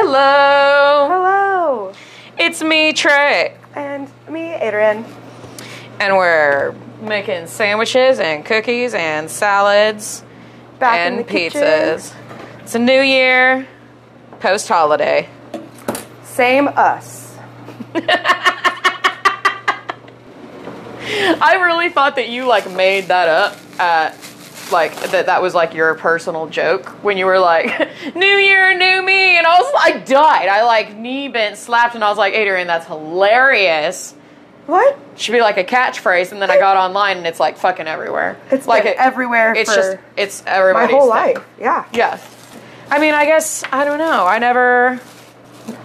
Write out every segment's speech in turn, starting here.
Hello. Hello. It's me, Trey. And me, Adrian. And we're making sandwiches and cookies and salads Back and in the kitchen. pizzas. It's a new year, post holiday. Same us. I really thought that you like made that up at like that that was like your personal joke when you were like new year new me and I was I died. I like knee bent slapped and I was like Adrian that's hilarious. What? Should be like a catchphrase and then I got online and it's like fucking everywhere. It's like like been everywhere It's for just it's my everybody's whole thing. life. Yeah. Yeah. I mean, I guess I don't know. I never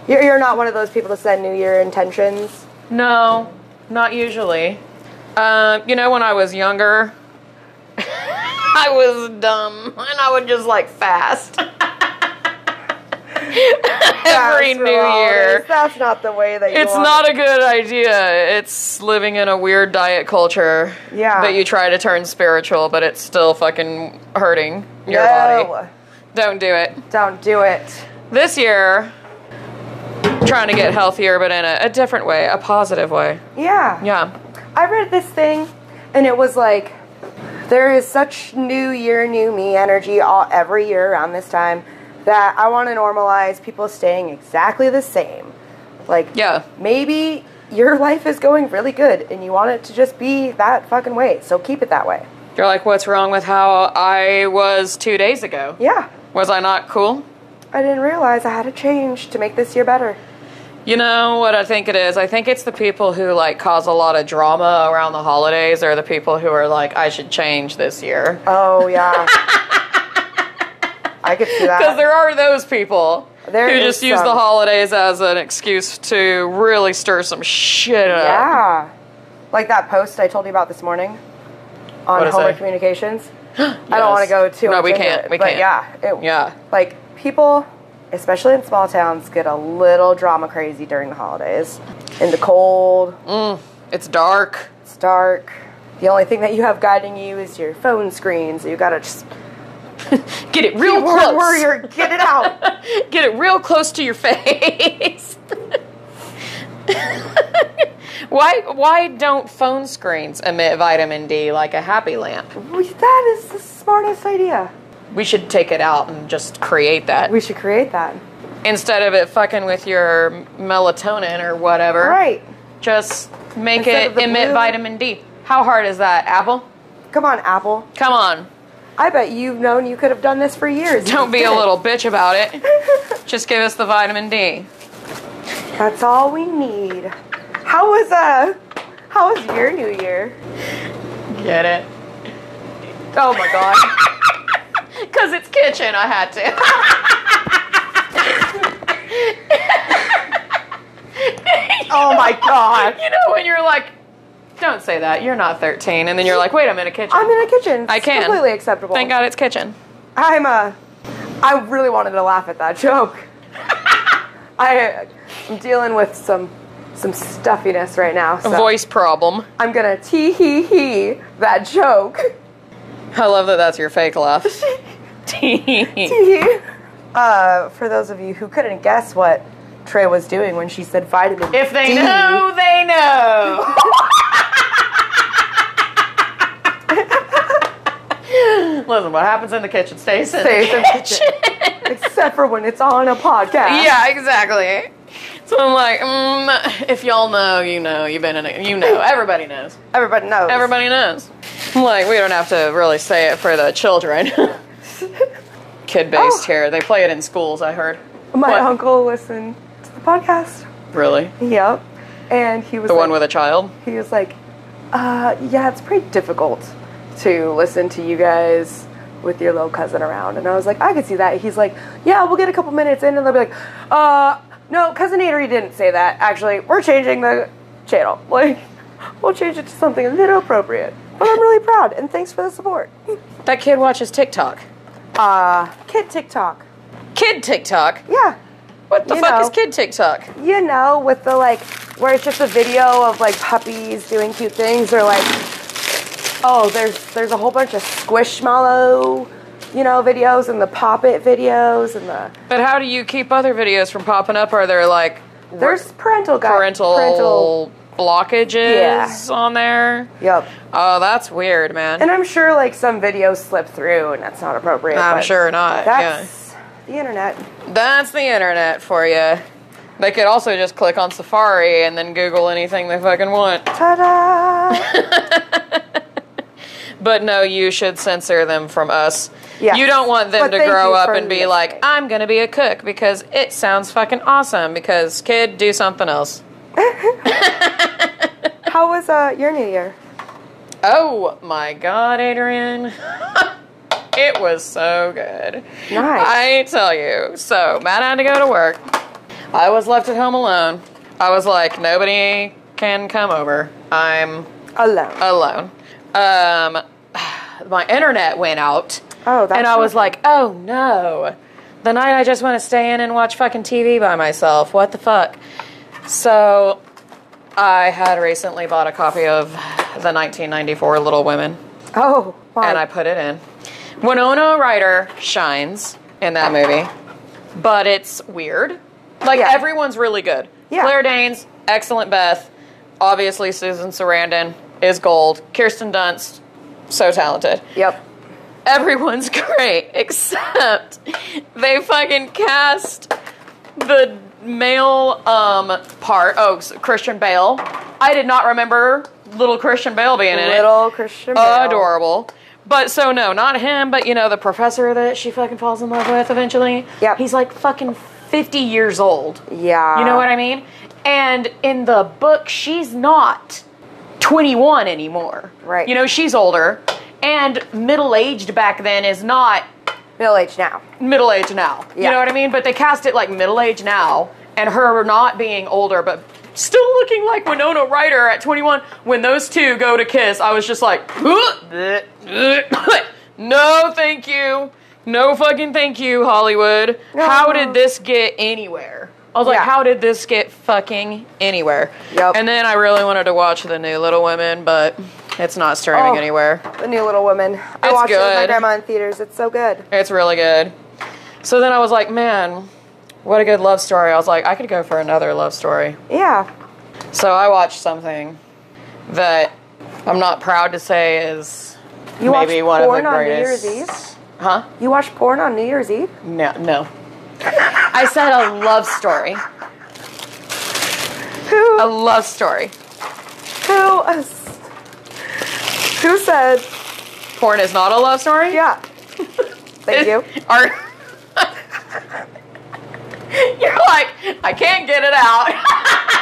You're, you're not one of those people to send New Year intentions. No, not usually. Um, you know, when I was younger, I was dumb and I would just like fast. Every That's New wrong. Year. That's not the way that you It's want not a good idea. It's living in a weird diet culture. Yeah. That you try to turn spiritual, but it's still fucking hurting your no. body. Don't do it. Don't do it. This year, trying to get healthier, but in a, a different way, a positive way. Yeah. Yeah. I read this thing and it was like there is such new year new me energy all every year around this time that I want to normalize people staying exactly the same. Like Yeah. maybe your life is going really good and you want it to just be that fucking way. So keep it that way. You're like, what's wrong with how I was two days ago? Yeah. Was I not cool? I didn't realize I had to change to make this year better. You know what I think it is? I think it's the people who like cause a lot of drama around the holidays or the people who are like, I should change this year. Oh yeah. I could see Because that. there are those people There who is just use some. the holidays as an excuse to really stir some shit up. Yeah. Like that post I told you about this morning on What'd it Homer say? Communications. I don't Yes. want to go too No, much we into can't. it, We but can't. Yeah, it, Yeah. Like people, especially in small towns, get a little drama crazy during the holidays. In the cold, It's dark. it's dark. The only thing that you have guiding you is your phone screen, so you gotta just Get it real Keyboard close. warrior, get it out. Get it real close to your face. why why don't phone screens emit vitamin D like a happy lamp? We- that is the smartest idea. We should take it out and just create that We should create that. instead of it fucking with your melatonin or whatever. Right. Just make Instead of it the emit blue- vitamin D. How hard is that, Apple? Come on, Apple. Come on. I bet you've known you could have done this for years. Don't You be a didn't. little bitch about it. Just give us the vitamin D. That's all we need. How was uh how was your new year? Get it? Oh my god. Because it's kitchen, I had to. Oh my god. You know when you're like, don't say that. You're not 13, and then you're like, wait, I'm in a kitchen. I'm in a kitchen. It's I can. Completely acceptable. Thank God it's kitchen. I'm uh I really wanted to laugh at that joke. I I'm dealing with some some stuffiness right now. So Voice problem. I'm gonna tee hee hee that joke. I love that. That's your fake laugh. Tee. Tee hee. Uh, for those of you who couldn't guess what Trey was doing when she said vitamin if they D. know, they know. Listen, what happens in the kitchen stays in Stays the in the kitchen. except for when it's on a podcast. Yeah, exactly. So I'm like, mm, if y'all know, you know, you've been in it, you know, everybody knows. Everybody knows. Everybody knows. Like, we don't have to really say it for the children. Kid based Oh. here. They play it in schools, I heard. My What? uncle listened to the podcast. Really? Yep. And he was The like, one with a child? he was like, uh, yeah, it's pretty difficult to listen to you guys with your little cousin around. And I was like, I could see that. He's like, yeah, we'll get a couple minutes in and they'll be like, uh, no, cousin Adery didn't say that. Actually, we're changing the channel. Like, we'll change it to something a little appropriate. But I'm really proud and thanks for the support. That kid watches TikTok. Uh, kid TikTok. Kid TikTok? Yeah. What the You fuck know. is kid TikTok? you know, with the like, where it's just a video of like puppies doing cute things, or like, oh, there's there's a whole bunch of squishmallow you know, videos and the pop it videos and the But how do you keep other videos from popping up? Are there like there's parental guide parental, blockages Yeah. on there? Yep. Oh, that's weird, man. And I'm sure like some videos slip through and that's not appropriate. I'm but sure not, That's the internet. That's the internet for you. They could also just click on Safari and then Google anything they fucking want. Ta-da! But no, you should censor them from us. Yeah. You don't want them But to thank grow you up for and be listening. like, I'm going to be a cook because it sounds fucking awesome. Because, kid, do something else. How was uh, your New Year? Oh my god, Adrian. it was so good. Nice. I tell you. So, Matt had to go to work. I was left at home alone. I was like, nobody can come over. I'm Alone. alone. Um, my internet went out. Oh, that's And I was not like, oh no. The night I just want to stay in and watch fucking TV by myself. What the fuck? So I had recently bought a copy of the 1994 Little Women oh, my. and I put it in. Winona Ryder shines in that movie, but it's weird. Like Yeah. everyone's really good. Yeah. Claire Danes, excellent Beth. Obviously, Susan Sarandon is gold. Kirsten Dunst, so talented. yep. Everyone's great except they fucking cast the male um part. Oh, Christian Bale. I did not remember little Christian Bale being in it Little Christian Bale. Oh, adorable. But so no, not him, but you know the professor that she fucking falls in love with eventually. Yep. He's like fucking 50 years old. Yeah. You know what I mean? And in the book she's not 21 anymore. Right. You know, she's older and middle-aged back then is not Middle age now. middle aged now. You Yeah. know what I mean? But they cast it like middle aged now, and her not being older, but still looking like Winona Ryder at 21. When those two go to kiss, I was just like, no, thank you. No fucking thank you, Hollywood. How did this get anywhere? I was like, Yeah. how did this get fucking anywhere? Yep. And then I really wanted to watch the new Little Women, but it's not streaming Oh. anywhere. The new Little Woman. I It's watched it with my good. grandma in theaters. It's so good. It's really good. So then I was like, man, what a good love story. I was like, I could go for another love story. Yeah. So I watched something that I'm not proud to say is You maybe watched one of the porn on New greatest. Year's Eve? Huh? You watched porn on New Year's Eve? No, no. I said a love story. Who? A love story. Who? Who said? Porn is not a love story? Yeah. Thank you. Are You're like, I can't get it out.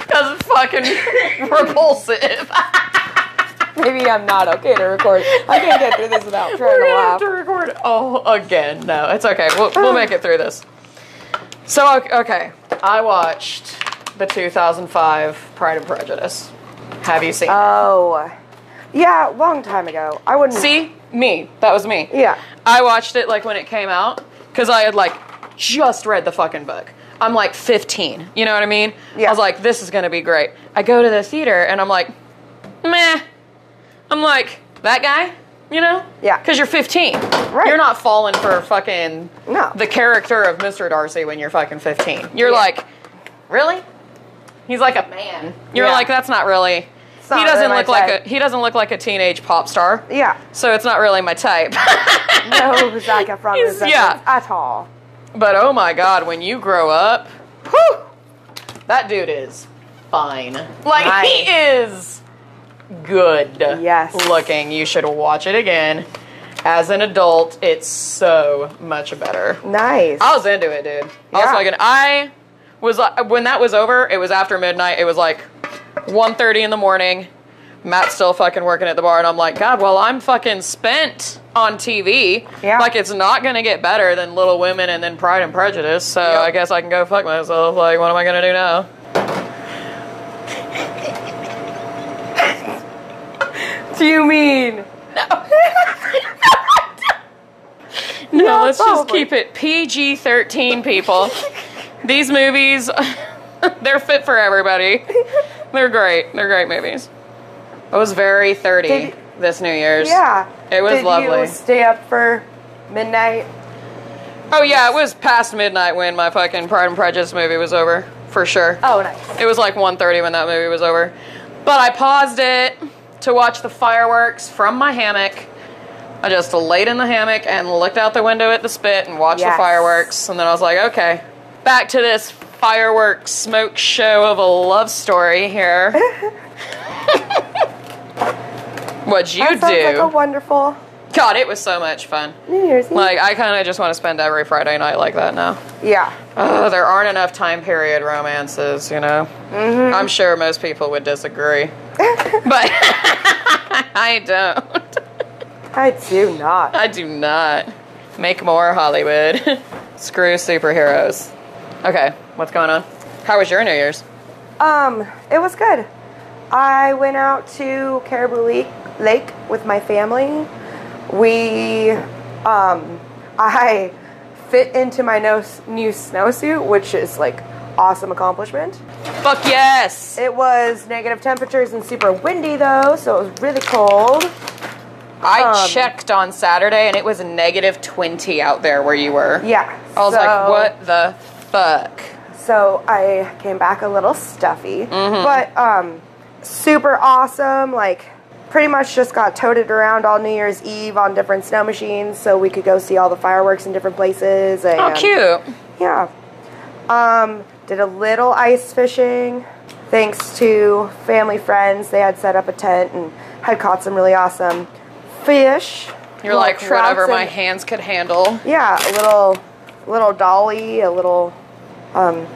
Because it's fucking repulsive. Maybe I'm not okay to record. I can't get through this without trying We're to gonna have laugh. Um. to record all again. No, it's okay. We'll, we'll make it through this. So, o- okay. I watched the 2005 Pride and Prejudice. Have you seen? it? Oh. Yeah, long time ago. I wouldn't. See? Me. That was me. Yeah. I watched it like when it came out because I had like just read the fucking book. I'm like 15. You know what I mean? Yeah. I was like, this is gonna be great. I go to the theater and I'm like, meh. I'm like that guy. You know? Yeah. Because you're 15. Right. You're not falling for fucking No. the character of Mr. Darcy when you're fucking 15. You're like, really? He's like a man. You're Yeah. like, that's not really. not he doesn't really look my like type. a he doesn't look like a teenage pop star. Yeah. So it's not really my type. No, Zac Efron He's- is yeah. at all. But oh my god, when you grow up, whew, that dude is fine. Like he is good. Yes. Looking. You should watch it again. As an adult, it's so much better. Nice. I was into it, dude. I was Yeah. like, I was like, when that was over, it was after midnight. It was like 1.30 in the morning. Matt's still fucking working at the bar, and I'm like, God, well, I'm fucking spent on TV. Yeah. Like, it's not gonna get better than Little Women and then Pride and Prejudice, so Yep. I guess I can go fuck myself. Like, what am I gonna do now? do you mean? No, Yeah, let's just probably. keep it PG 13, people. These movies, they're fit for everybody. They're great. They're great movies. I was very 30. Did, this New Year's. Yeah. It was Did lovely. You stay up for midnight. Oh yeah, it was past midnight when my fucking Pride and Prejudice movie was over, for sure. Oh, nice. It was like 1.30 when that movie was over. But I paused it to watch the fireworks from my hammock. I just laid in the hammock and looked out the window at the spit and watched the Yes. fireworks. And then I was like, okay, back to this fireworks smoke show of a love story here. What'd you that sounds do? like a wonderful God, it was so much fun. New Year's Eve. Like, I kind of just want to spend every Friday night like that now. yeah. Ugh, there aren't enough time period romances, you know? Mm-hmm. I'm sure most people would disagree. but I don't. I do not. I do not. Make more Hollywood. Screw superheroes. Okay, what's going on? How was your New Year's? Um, it was good. I went out to Caribou Lake, Lake with my family. We, um, I fit into my no, new snowsuit, which is like awesome accomplishment. Fuck yes! It was negative temperatures and super windy though, so it was really cold. I um, checked on Saturday and it was negative 20 out there where you were. Yeah. I was so- like, what the fuck? So I came back a little stuffy, Mm-hmm. but um, super awesome. Like, pretty much just got toted around all New Year's Eve on different snow machines, so we could go see all the fireworks in different places. And, Oh, cute. Yeah. Um, did a little ice fishing. Thanks to family friends, they had set up a tent and had caught some really awesome fish. You're Little like, trouts whatever my and- hands could handle. yeah, a little, little dolly, a little um,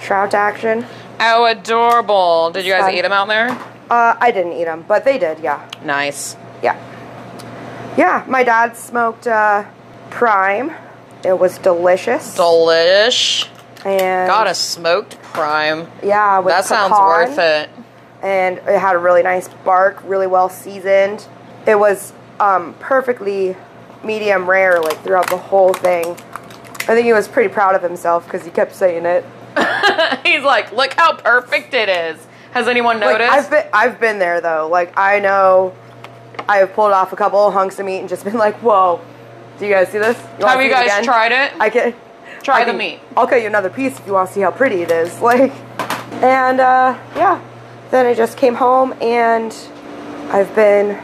trout action. Oh, adorable. Did you guys Fun. eat them out there? Uh, I didn't eat them, but they did. Yeah, Nice. yeah, yeah. My dad smoked uh, prime. It was delicious. Delish. and Got a smoked prime. Yeah, with That sounds pecan, worth it. And it had a really nice bark, really well seasoned. It was um, perfectly medium rare, like throughout the whole thing. I think he was pretty proud of himself because he kept saying it. He's like, look how perfect it is. Has anyone Like, noticed? I've been I've been there though. Like I know I have pulled off a couple hunks of meat and just been like, whoa. Do you guys see this? wanna Have you see it guys again?" tried it? I can Try I the can- meat. I'll cut you another piece if you want to see how pretty it is. Like and uh yeah. Then I just came home and I've been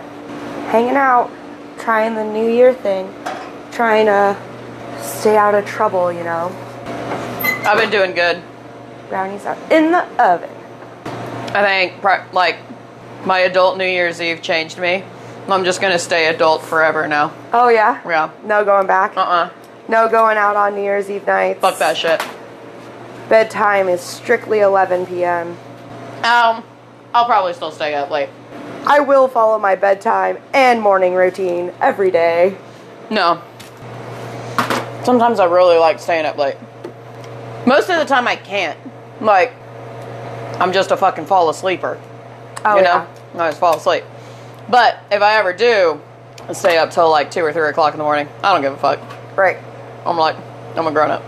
hanging out, trying the new year thing, trying to stay out of trouble, you know. I've been doing good. Brownies are in the oven. I think, pri- like, my adult New Year's Eve changed me. I'm just gonna stay adult forever now. Oh yeah? Yeah. No going back. Uh uh No going out on New Year's Eve nights. Fuck that shit. Bedtime is strictly 11 p.m. Um, I'll probably still stay up late. I will follow my bedtime and morning routine every day. No. Sometimes I really like staying up late. Most of the time I can't. Like, I'm just a fucking fall asleeper. Oh, you yeah. know? I just fall asleep. But if I ever do I stay up till like 2 or 3 o'clock in the morning, I don't give a fuck. Right. I'm like, I'm a grown up.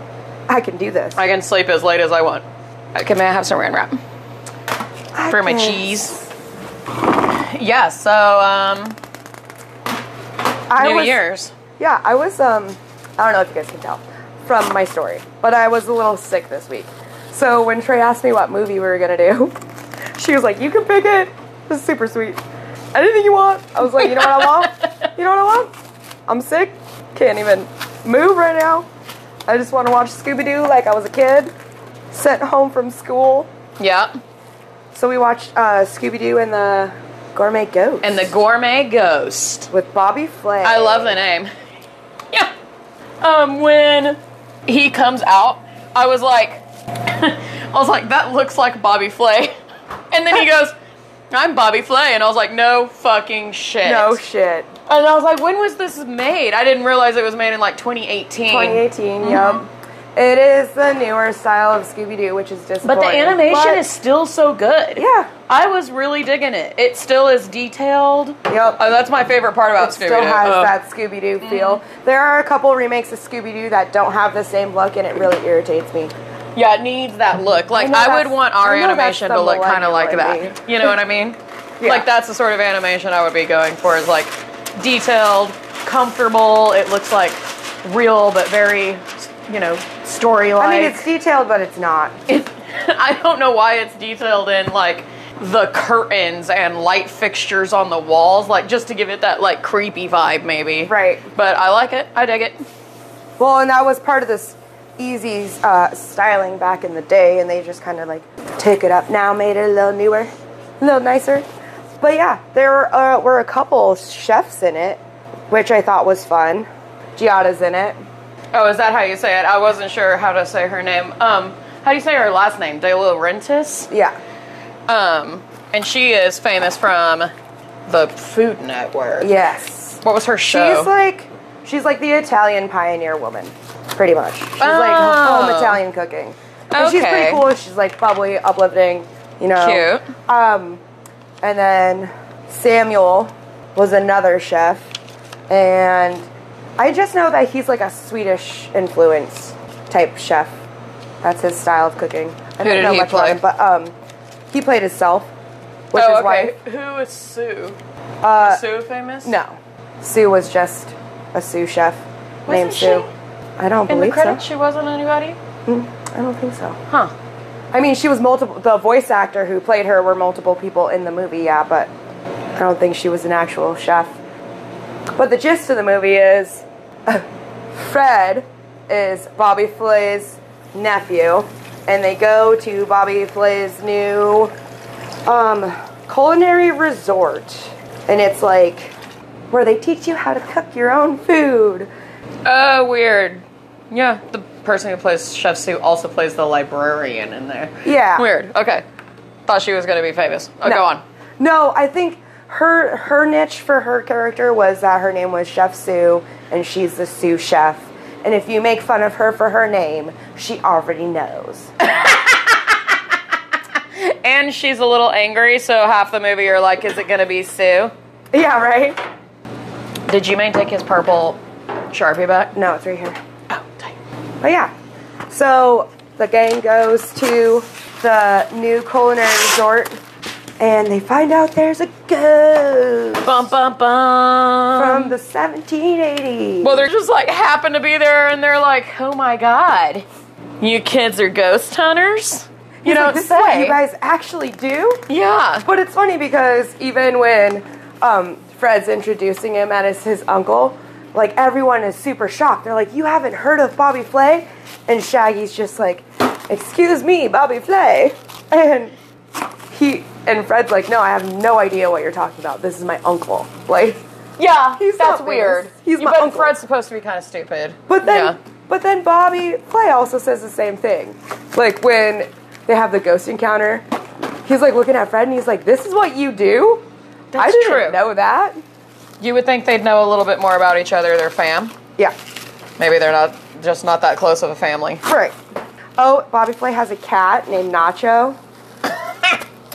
I can do this. I can sleep as late as I want. Okay, may I have some ran wrap I for my can- cheese? Yeah, so, um, I New was, Year's. Yeah, I was, um, I don't know if you guys can tell from my story, but I was a little sick this week. So when Trey asked me what movie we were gonna do, she was like, You can pick it. This is super sweet. Anything you want. I was like, You know what I want? You know what I want? I'm sick. Can't even move right now. I just want to watch Scooby Doo like I was a kid, sent home from school. Yeah. So we watched uh, Scooby Doo and the Gourmet Ghost. And the Gourmet Ghost. with Bobby Flay. I love the name. Yeah. Um, when he comes out, I was like, I was like, that looks like Bobby Flay. And then he goes, I'm Bobby Flay. And I was like, no fucking shit. No shit. and I was like, when was this made? I didn't realize it was made in like 2018. 2018. Yep. It is the newer style of Scooby Doo, which is disappointing. But the animation But- is still so good. Yeah. I was really digging it. It still is detailed. Yep. Oh, that's my favorite part about it Scooby-Doo. still has Oh. that Scooby Doo feel. There are a couple remakes of Scooby Doo that don't have the same look, and it really irritates me. Yeah, it needs that look. Like know I, would that's- want our I know that's animation the to look kind of like millennial in that. You know what I mean? Yeah. Like that's the sort of animation I would be going for is like detailed, comfortable. It looks like real, but very, you know, story like. I mean, it's detailed, but it's not. I don't know why it's detailed in like the curtains and light fixtures on the walls, like just to give it that like creepy vibe, maybe. Right. But I like it. I dig it. Well, and that was part of this easy uh, styling back in the day, and they just kind of like took it up now, made it a little newer, a little nicer. But yeah, there uh, were a couple chefs in it, which I thought was fun. Giada's in it. Oh, is that how you say it? I wasn't sure how to say her name. Um, how do you say her last name? De Laurentiis. Yeah. Um, and she is famous from the Food Network. Yes. What was her show? She's like, she's like the Italian pioneer woman, pretty much. She's like Oh. home Italian cooking. And she's Okay. pretty cool. She's like bubbly, uplifting, you know. Cute. Um, and then Samuel was another chef, and I just know that he's like a Swedish influence type chef. That's his style of cooking. I Who did don't know he much play? about him, but um, he played himself, which oh, is okay. why Who is Sue? Uh, Is Sue famous? no, Sue was just a Sue chef named she Sue. I don't In the believe credits, so. she wasn't anybody. I don't think so. Huh. I mean, she was multiple. The voice actor who played her were multiple people in the movie, yeah, but I don't think she was an actual chef. But the gist of the movie is Fred is Bobby Flay's nephew, and they go to Bobby Flay's new um, culinary resort, and it's like where they teach you how to cook your own food. Uh, weird. Yeah, the person who plays Chef Sue also plays the librarian in there. Yeah. Weird. Okay. Thought she was gonna be famous. Oh, No. go on. No, I think her her niche for her character was that her name was Chef Sue, and she's the Sue chef. And if you make fun of her for her name, she already knows. And she's a little angry, so half the movie you're like, is it gonna be Sue? yeah, right? Did G-Man take his purple Sharpie back? No, it's right here. Oh, dang. But yeah, so the gang goes to the new culinary resort, and they find out there's a ghost Bum bum bum. from the 1780s. Um, well, they're just like happen to be there, and they're like, oh my god, you kids are ghost hunters. You He's don't like, this say. is what you guys actually do. yeah. But it's funny because even when um, Fred's introducing him as his uncle, like everyone is super shocked. They're like, "You haven't heard of Bobby Flay?" And Shaggy's just like, "Excuse me, Bobby Flay," and he and Fred's like, "No, I have no idea what you're talking about. This is my uncle." Like, Yeah, He's that's not famous. weird. He's you my bet uncle. Fred's supposed to be kind of stupid. but then, yeah. but then Bobby Flay also says the same thing. Like when they have the ghost encounter, he's like looking at Fred and he's like, "This is what you do." I That's didn't true. know that. you would think they'd know a little bit more about each other, their fam. Yeah. Maybe they're not just not that close of a family. Right. Oh, Bobby Flay has a cat named Nacho,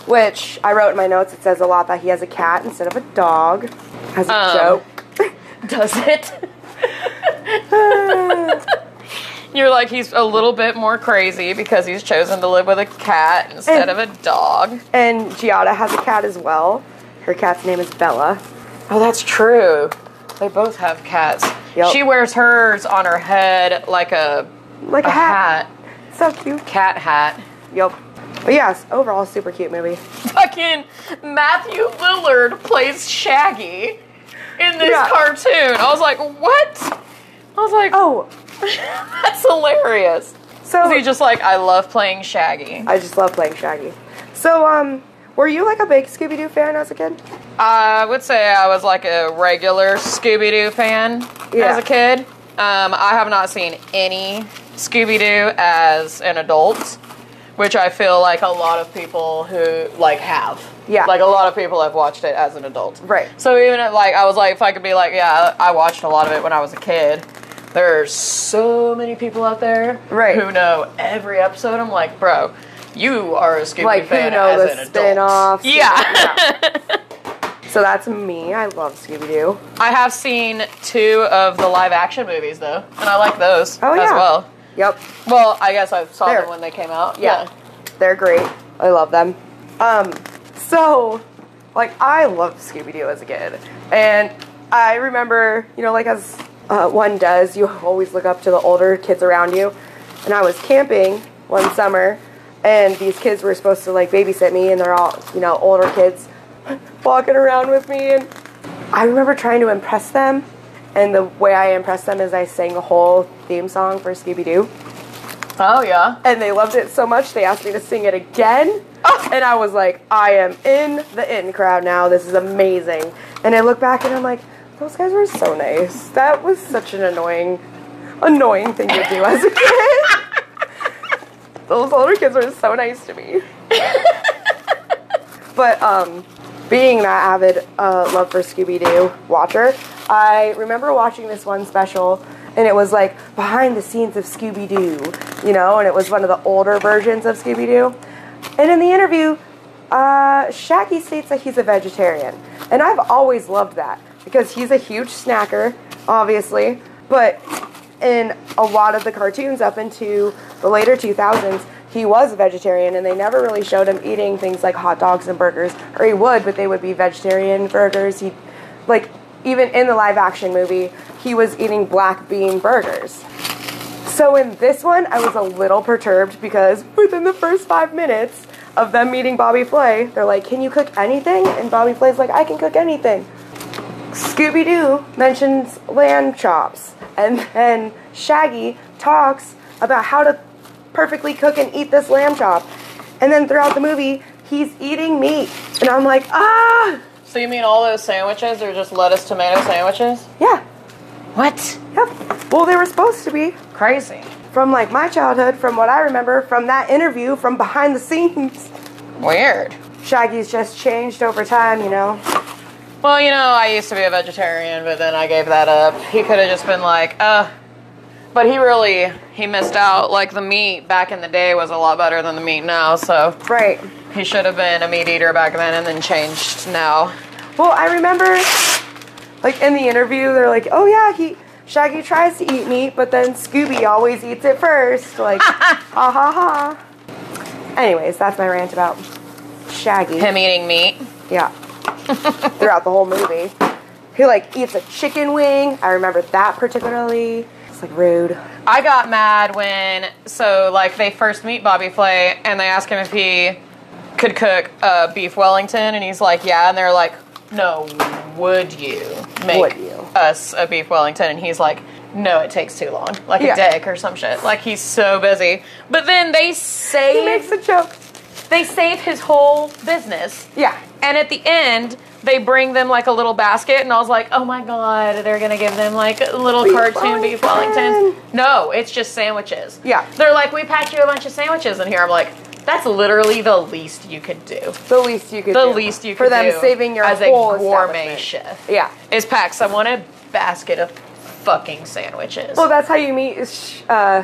which I wrote in my notes. It says a lot that he has a cat instead of a dog. As a Um. joke. Does it? You're like he's a little bit more crazy because he's chosen to live with a cat instead of a dog. And Giada has a cat as well. Her cat's name is Bella. Oh, that's true. They both have cats. Yep. She wears hers on her head like a Like a a, hat. hat, So cute. cat hat. Yup. But yes, overall, super cute movie. fucking Matthew Lillard plays Shaggy in this Yeah. cartoon. I was like, what? I was like, oh, Oh, that's hilarious. so Is he just like, I love playing Shaggy? I just love playing Shaggy. So, um, were you like a big Scooby Doo fan as a kid? I would say I was like a regular Scooby Doo fan Yeah. as a kid. Um, I have not seen any Scooby Doo as an adult, which I feel like a lot of people who like have. Yeah. Like a lot of people have watched it as an adult. Right. So even if, like I was like, if I could be like, yeah, I I watched a lot of it when I was a kid. There's so many people out there Right. who know every episode. I'm like, bro, you are a Scooby Doo Like, who fan know as the an adult. spin-offs? Yeah. So that's me. I love Scooby Doo. I have seen two of the live action movies though, and I like those Oh, as yeah. well. Yep. Well, I guess I saw There. them when they came out. Yeah. They're great. I love them. Um, so like I loved Scooby Doo as a kid, and I remember, you know, like as uh, one does, you always look up to the older kids around you. And I was camping one summer, and these kids were supposed to like babysit me, and they're all, you know, older kids walking around with me, and I remember trying to impress them. And the way I impressed them is I sang a whole theme song for Scooby Doo Oh yeah. and they loved it so much they asked me to sing it again. Oh. And I was like, I am in the in crowd now. This is amazing. And I look back and I'm like, those guys were so nice. That was such an annoying, annoying thing to do as a kid. those older kids were so nice to me. but um, being that avid uh, love for Scooby Doo watcher, I remember watching this one special, and it was like behind the scenes of Scooby Doo, you know, and it was one of the older versions of Scooby Doo. And in the interview, uh, Shaggy states that he's a vegetarian, and I've always loved that because he's a huge snacker, obviously, but in a lot of the cartoons up into the later 2000s, he was a vegetarian, and they never really showed him eating things like hot dogs and burgers. Or he would, but they would be vegetarian burgers. He, like, even in the live action movie, he was eating black bean burgers. So in this one, I was a little perturbed because within the first five minutes of them meeting Bobby Flay, they're like, "Can you cook anything?" And Bobby Flay's like, "I can cook anything." Scooby Doo mentions lamb chops, and then Shaggy talks about how to perfectly cook and eat this lamb chop. And then throughout the movie, he's eating meat, and I'm like, ah, So you mean all those sandwiches are just lettuce tomato sandwiches? yeah, What? yep. Well, they were supposed to be Crazy. from like my childhood, from what I remember, from that interview, from behind the scenes. Weird. Shaggy's just changed over time, you know. Well, you know, I used to be a vegetarian, but then I gave that up. He could have just been like, uh. But he really he missed out. Like the meat back in the day was a lot better than the meat now, so Right. he should have been a meat eater back then and then changed now. Well, I remember, like in the interview, they're like, "Oh yeah, he Shaggy tries to eat meat, but then Scooby always eats it first. Like, ah ha ha. Anyways, that's my rant about Shaggy. Him eating meat. Yeah. Throughout the whole movie, he like eats a chicken wing. I remember that particularly. It's like rude. I got mad when so like they first meet Bobby Flay and they ask him if he could cook uh, beef Wellington and he's like yeah and they're like no would you make Would you? us a beef Wellington and he's like no it takes too long like Yeah. a dick or some shit like he's so busy but then they He save makes a joke. they save his whole business Yeah. and at the end, they bring them like a little basket, and I was like, oh my god, they're gonna give them like little Beef cartoon beef Wellington. Wellingtons. No, it's just sandwiches. Yeah. They're like, we packed you a bunch of sandwiches in here. I'm like, that's literally the least you could do. The least you could. The do least you could for them do saving your as whole a gourmet establishment. chef Yeah. is pack someone a basket of fucking sandwiches. Well, that's how you meet sh- uh,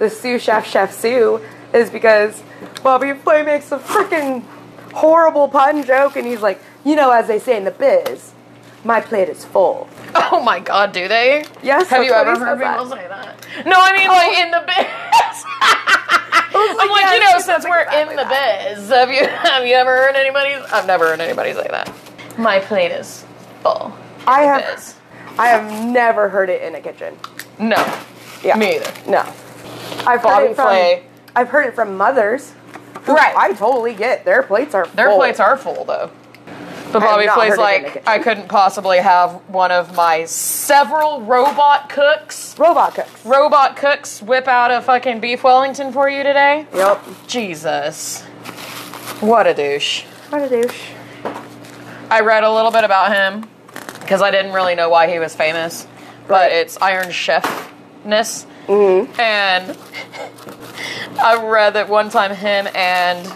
the sous chef, Chef Sue, is because Bobby Flay makes a freaking horrible pun joke, and he's like, you know, as they say in the biz, my plate is full. oh my god, do they? Yes, Have you that's what ever he heard says people say that? No, I mean like in the biz. I'm like, yeah, you know, she since says we're exactly in the that. biz, have you have you ever heard anybody? I've never heard anybody say that. My plate is full. I The have- Biz. I have never heard it in a kitchen. No. Yeah. Me either. No. I've Bobby heard it from, Flay. I've heard it from mothers. who Right. I totally get their plates are Their full. plates are full though. But I have Bobby not Flay's heard it in the like, kitchen. I couldn't possibly have one of my several robot cooks, robot cooks. robot cooks, whip out a fucking beef Wellington for you today. Yep. Jesus. What a douche. What a douche. I read a little bit about him because I didn't really know why he was famous, but Right. Mm-hmm. it's Iron Chefness. And I read that one time him and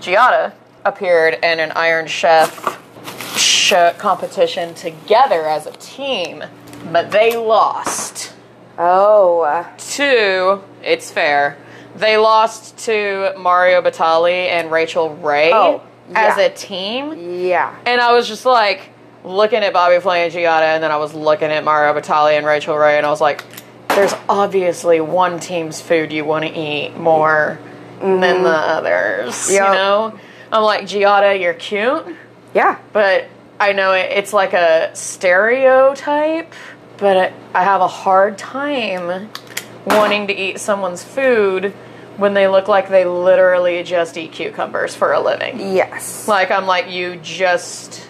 Giada appeared in an Iron Chef sh- competition together as a team, but they lost Oh. Uh, to, it's fair, they lost to Mario Batali and Rachel Ray Oh, as yeah. a team. yeah. And I was just like looking at Bobby Flay and Giada, and then I was looking at Mario Batali and Rachel Ray, and I was like, there's obviously one team's food you want to eat more than the others, you Yep. know? I'm like, Giada, you're cute. Yeah. but I know it, it's like a stereotype, but I, I have a hard time wanting to eat someone's food when they look like they literally just eat cucumbers for a living. Yes. Like, I'm like, you just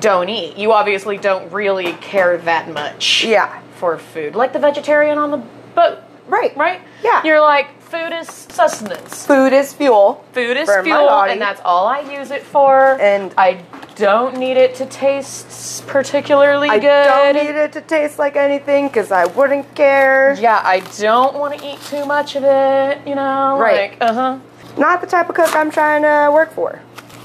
don't eat. You obviously don't really care that much Yeah. for food. Like the vegetarian on the boat, Right. right? Yeah. You're like, food is sustenance Food is fuel. food is For my fuel body. and that's all i use it for And- i don't need it to taste s- particularly I good don't need it to taste like anything because I wouldn't care. yeah i don't want to eat too much of it you know Right. like uh-huh Not the type of cook I'm trying to work for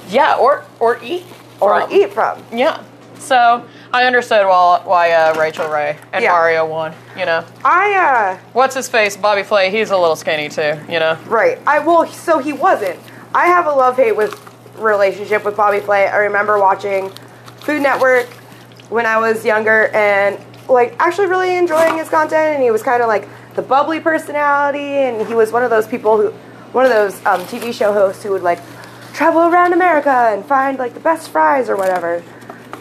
yeah or or eat or from. eat from. yeah so i understood why, why uh, rachel ray and Yeah. mario won you know I, what's his face bobby flay he's a little skinny too you know uh, right. I, well, so he wasn't. I have a love hate with relationship with Bobby Flay. I remember watching Food Network when I was younger and like actually really enjoying his content and he was kind of like the bubbly personality and he was one of those people who one of those um, TV show hosts who would like travel around America and find like the best fries or whatever.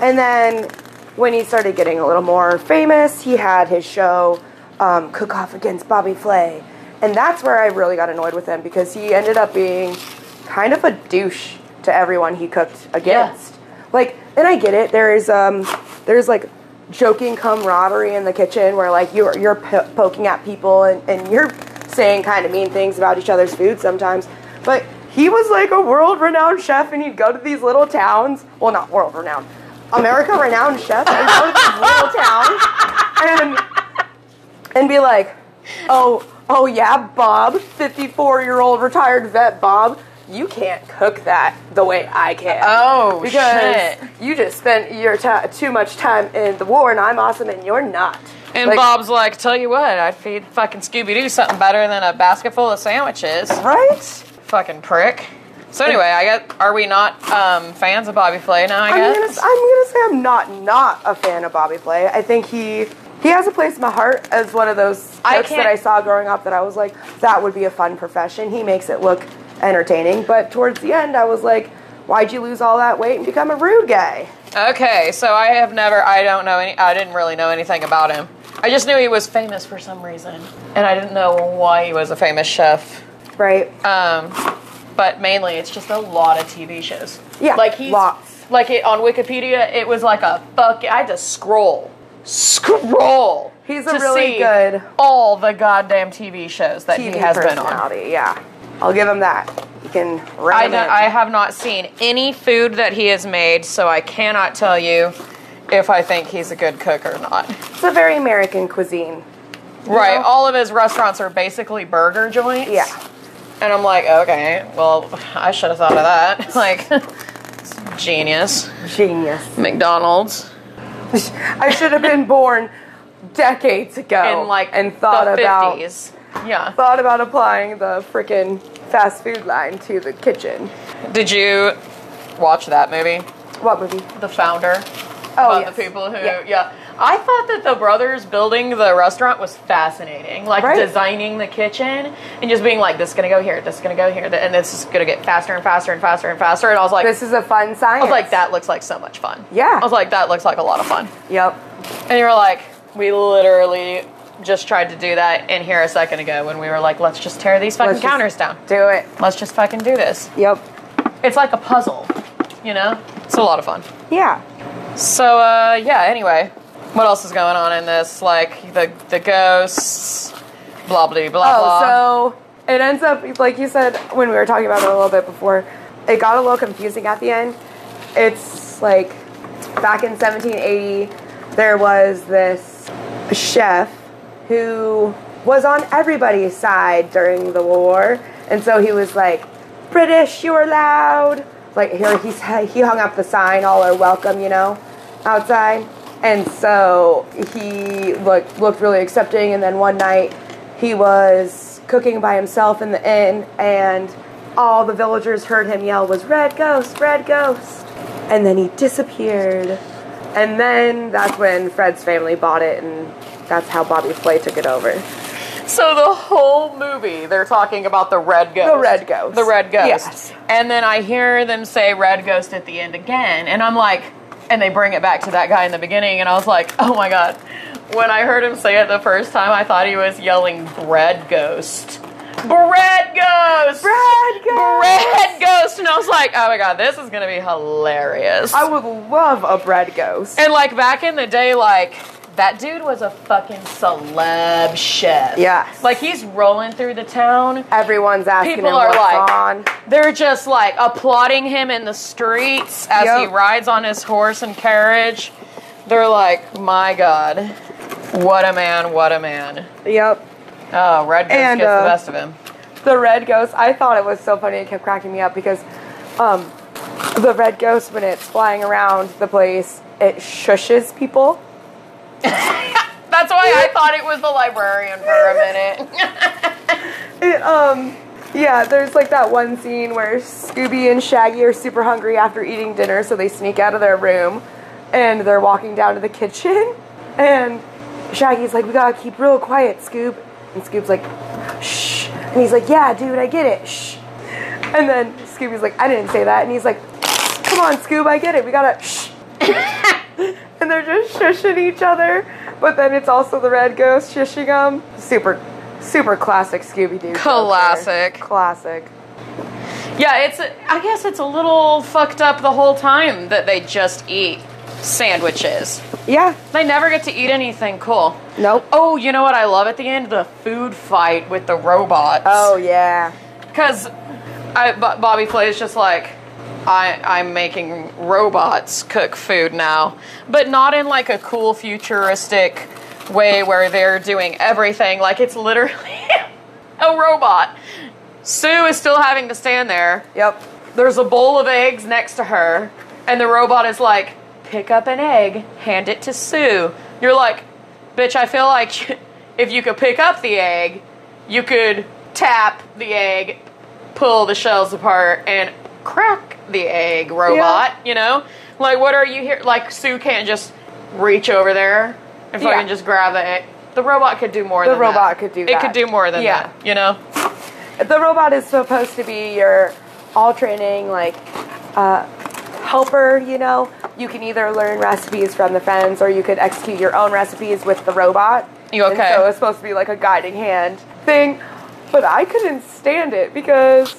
And then when he started getting a little more famous, he had his show um, Cook Off against Bobby Flay. And that's where I really got annoyed with him because he ended up being kind of a douche to everyone he cooked against. Like, and I get it. There is um, there's like joking camaraderie in the kitchen where like you're you're po- poking at people and, and you're saying kind of mean things about each other's food sometimes. But he was like a world renowned chef, and he'd go to these little towns. Well, not world renowned, America renowned chef, and go to these little towns and and be like, oh, oh yeah, Bob, fifty-four year old retired vet Bob, you can't cook that the way I can. Oh, because shit. you just spent your ti too much time in the war, and I'm awesome, and you're not. and Like, bob's like tell you what i'd feed fucking scooby-doo something better than a basket full of sandwiches right? Fucking prick. So anyway, I guess are we not um, fans of Bobby Flay now? I I'm guess. gonna, I'm gonna say I'm not not a fan of Bobby Flay. I think he he has a place in my heart as one of those I cooks that can't- I saw growing up that I was like, that would be a fun profession. He makes it look entertaining, but towards the end, I was like, why'd you lose all that weight and become a rude guy? okay, so I have never. I don't know any. I didn't really know anything about him. I just knew he was famous for some reason, and I didn't know why he was a famous chef. Right? Um, but mainly, it's just a lot of TV shows. Yeah, like he's lots. like it on Wikipedia. It was like a fuck. I had to scroll, scroll. He's a to really see good all the goddamn TV shows that TV he has been on. personality. Yeah, I'll give him that. He can I, ram don't- it. I have not seen any food that he has made, so I cannot tell you if I think he's a good cook or not. It's a very American cuisine. Right. No. All of his restaurants are basically burger joints. Yeah. And I'm like, okay, well, I should have thought of that. like, genius. Genius. McDonald's. I should have been born decades ago in like and thought the about 50s. Yeah. thought about applying the freaking fast food line to the kitchen. Did you watch that movie? What movie? The Founder. Oh, about yes. the people who Yeah. yeah. I thought that the brothers building the restaurant was fascinating. Like Right. designing the kitchen and just being like, this is gonna go here, this is gonna go here, th- and this is gonna get faster and faster and faster and faster. And I was like, This is a fun science. I was like, that looks like so much fun. Yeah. I was like, that looks like a lot of fun. Yep. And you were like, we literally just tried to do that in here a second ago when we were like, let's just tear these fucking Let's just counters down. Do it. Let's just fucking do this. Yep. It's like a puzzle, you know? It's a lot of fun. Yeah. So uh, yeah. Anyway, what else is going on in this? Like the the ghosts, blah blah blah blah. Oh, so it ends up like you said when we were talking about it a little bit before. It got a little confusing at the end. It's like back in 1780, there was this chef who was on everybody's side during the war, and so he was like, "British, you are loud." Like here, he's he hung up the sign, "All are welcome," you know, outside. And so he looked looked really accepting. And then one night, he was cooking by himself in the inn, and all the villagers heard him yell was "Red Ghost, Red Ghost," and then he disappeared. And then that's when Fred's family bought it, and that's how Bobby Flay took it over. So, So the whole movie, they're talking about the red ghost. The red ghost. The red ghost. Yes. And then I hear them say red ghost at the end again, and I'm like, and they bring it back to that guy in the beginning, and I was like, oh my god. When I heard him say it the first time, I thought he was yelling bread ghost. Bread ghost! Bread ghost! Bread ghost! And I was like, oh my god, this is gonna be hilarious. I would love a bread ghost. and like back in the day, like, that dude was a fucking celeb chef. Yes. Like he's rolling through the town. Everyone's asking People him are what's like, on. they're just like applauding him in the streets as he Yep. rides on his horse and carriage. They're like, my God, what a man, what a man. Yep. Oh, Red Ghost And, gets uh, the best of him. The red ghost. I thought it was so funny. It kept cracking me up because um, the red ghost, when it's flying around the place, it shushes people. That's why I thought it was the librarian for a minute. It, um, yeah, there's like that one scene where Scooby and Shaggy are super hungry after eating dinner, so they sneak out of their room and they're walking down to the kitchen. And Shaggy's like, We gotta keep real quiet, Scoob. And Scoob's like, Shh. And he's like, Yeah, dude, I get it. Shh. And then Scooby's like, I didn't say that. And he's like, Come on, Scoob, I get it. We gotta shh. and they're just shushing each other. But then it's also the red ghost shushing them. Super, super classic Scooby Doo. Classic. Classic. yeah, it's, a- I guess it's a little fucked up the whole time that they just eat sandwiches. Yeah. They never get to eat anything cool. Nope. Oh, you know what I love at the end? The food fight with the robots. Oh, yeah. Because Bobby Flay is just like, I, I'm making robots cook food now, but not in like a cool futuristic way where they're doing everything. Like it's literally a robot. Sue is still having to stand there. Yep. There's a bowl of eggs next to her, and the robot is like, pick up an egg, hand it to Sue. You're like, bitch, I feel like if you could pick up the egg, you could tap the egg, pull the shells apart, and crack the egg, robot, you know? Like, what are you here? Like, Sue can't just reach over there and fucking Yeah. just grab the egg. The robot could do more The than that. robot could do It that. could do more than Yeah. that, you know? The robot is supposed to be your all training, like, uh, helper, you know? You can either learn recipes from the friends or you could execute your own recipes with the robot. You And okay? so it's supposed to be like a guiding hand thing. But I couldn't stand it because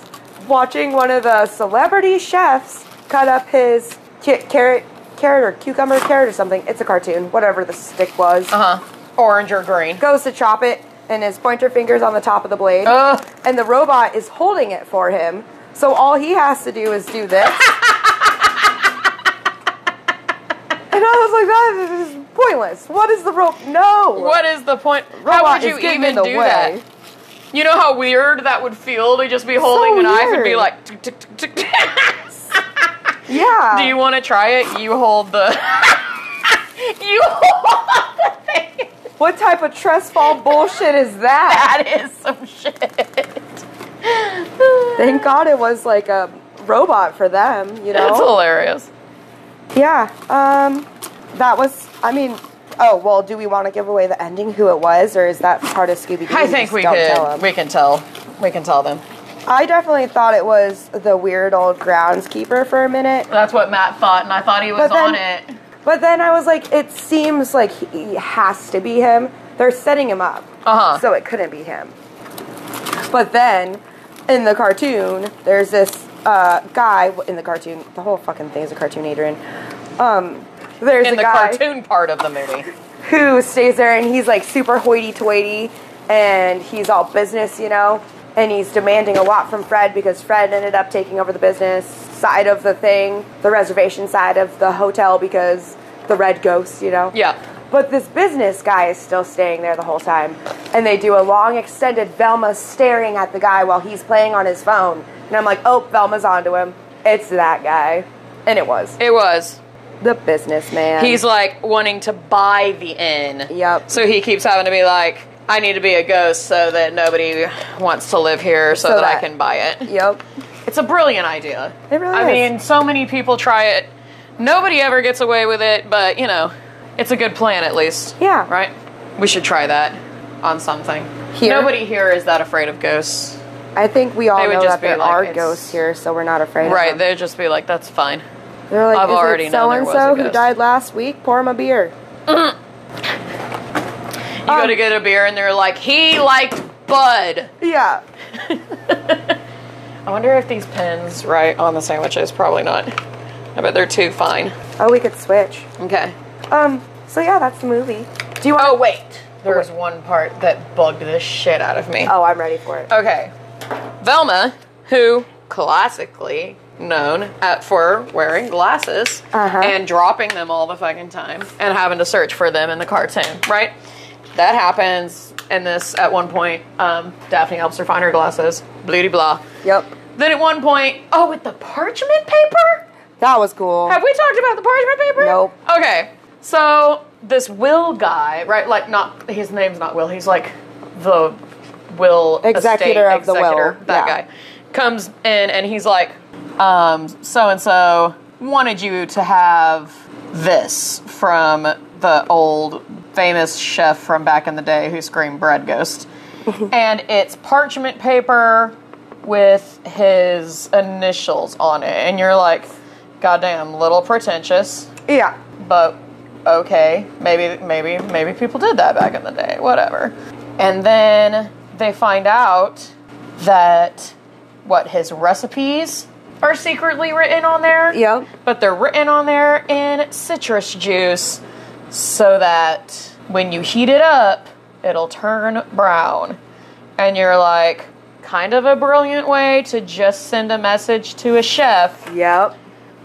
watching one of the celebrity chefs cut up his ki- carrot, carrot or cucumber, carrot or something. It's a cartoon, whatever the stick was. Uh huh. Orange or green. Goes to chop it, and his pointer finger's on the top of the blade Ugh. and the robot is holding it for him. So all he has to do is do this. and I was like, that is pointless. What is the rope? No. What is the point? How Robot would you is getting even in the do way. that? You know how weird that would feel to just be holding a knife and be weird. like, "Tick, tick, tick, tick, tick." Yeah. do you want to try it? You hold the. you hold the thing. what type of trust fall bullshit is that? That is some shit. Thank God it was like a robot for them, you That's know? hilarious. Yeah. Um, that was, I mean, oh, well, do we want to give away the ending, who it was, or is that part of Scooby Doo? I think we don't Tell could. them? We can tell. We can tell them. I definitely thought it was the weird old groundskeeper for a minute. That's what Matt thought, and I thought he was But then- on it. But then I was like, it seems like he has to be him. They're setting him up. Uh-huh. So it couldn't be him. But then in the cartoon, there's this uh, guy in the cartoon. The whole fucking thing is a cartoon, Adrian. Um, there's In a the guy cartoon part of the movie. who stays there and he's like super hoity-toity and he's all business, you know, and he's demanding a lot from Fred because Fred ended up taking over the business side of the thing, the reservation side of the hotel because the red ghost, you know. Yeah. But this business guy is still staying there the whole time. And they do a long extended Velma staring at the guy while he's playing on his phone. And I'm like, "Oh, Velma's onto him. It's that guy." And it was. It was. The businessman. He's like wanting to buy the inn. Yep. So he keeps having to be like, I need to be a ghost so that nobody wants to live here so, So that, I that- can buy it. Yep. It's a brilliant idea. It really I is. mean, so many people try it. Nobody ever gets away with it, but you know, it's a good plan at least. Yeah. Right? We should try that. on something. Here? Nobody here is that afraid of ghosts. I think we all They would know just that there be like, are it's- ghosts here, so we're not afraid. Right, Of them. they'd just be like, that's fine. They're like, I've is already it known so there and was a so who ghost." died last week? Pour him a beer. You Um, go to get a beer and they're like, he liked Bud. Yeah. I wonder if these pins right on the sandwiches. Probably not. I bet they're too fine. Oh, we could switch. Okay. Um. So yeah, that's the movie. Do you want? Oh wait, there was one part that bugged the shit out of me. Oh, I'm ready for it. Okay. Velma, who classically known at, for wearing glasses Uh-huh. and dropping them all the fucking time and having to search for them in the cartoon, right? That happens in this at one point. Um, Daphne helps her find her glasses, blah blah. Yep. Then at one point, oh, with the parchment paper? That was cool. Have we talked about the parchment paper? Nope. Okay. So this Will guy, right? Like, not his name's not Will. He's like the Will estate Executor of the will, executor, That yeah. guy comes in and he's like, um, so and so wanted you to have this from the old famous chef from back in the day who screamed bread ghost, and it's parchment paper with his initials on it, and you're like, goddamn, little pretentious yeah. but okay, maybe maybe maybe people did that back in the day, whatever. And then they find out that what his recipes are secretly written on there. Yep. But they're written on there in citrus juice so that when you heat it up, it'll turn brown. And you're like, kind of a brilliant way to just send a message to a chef Yep.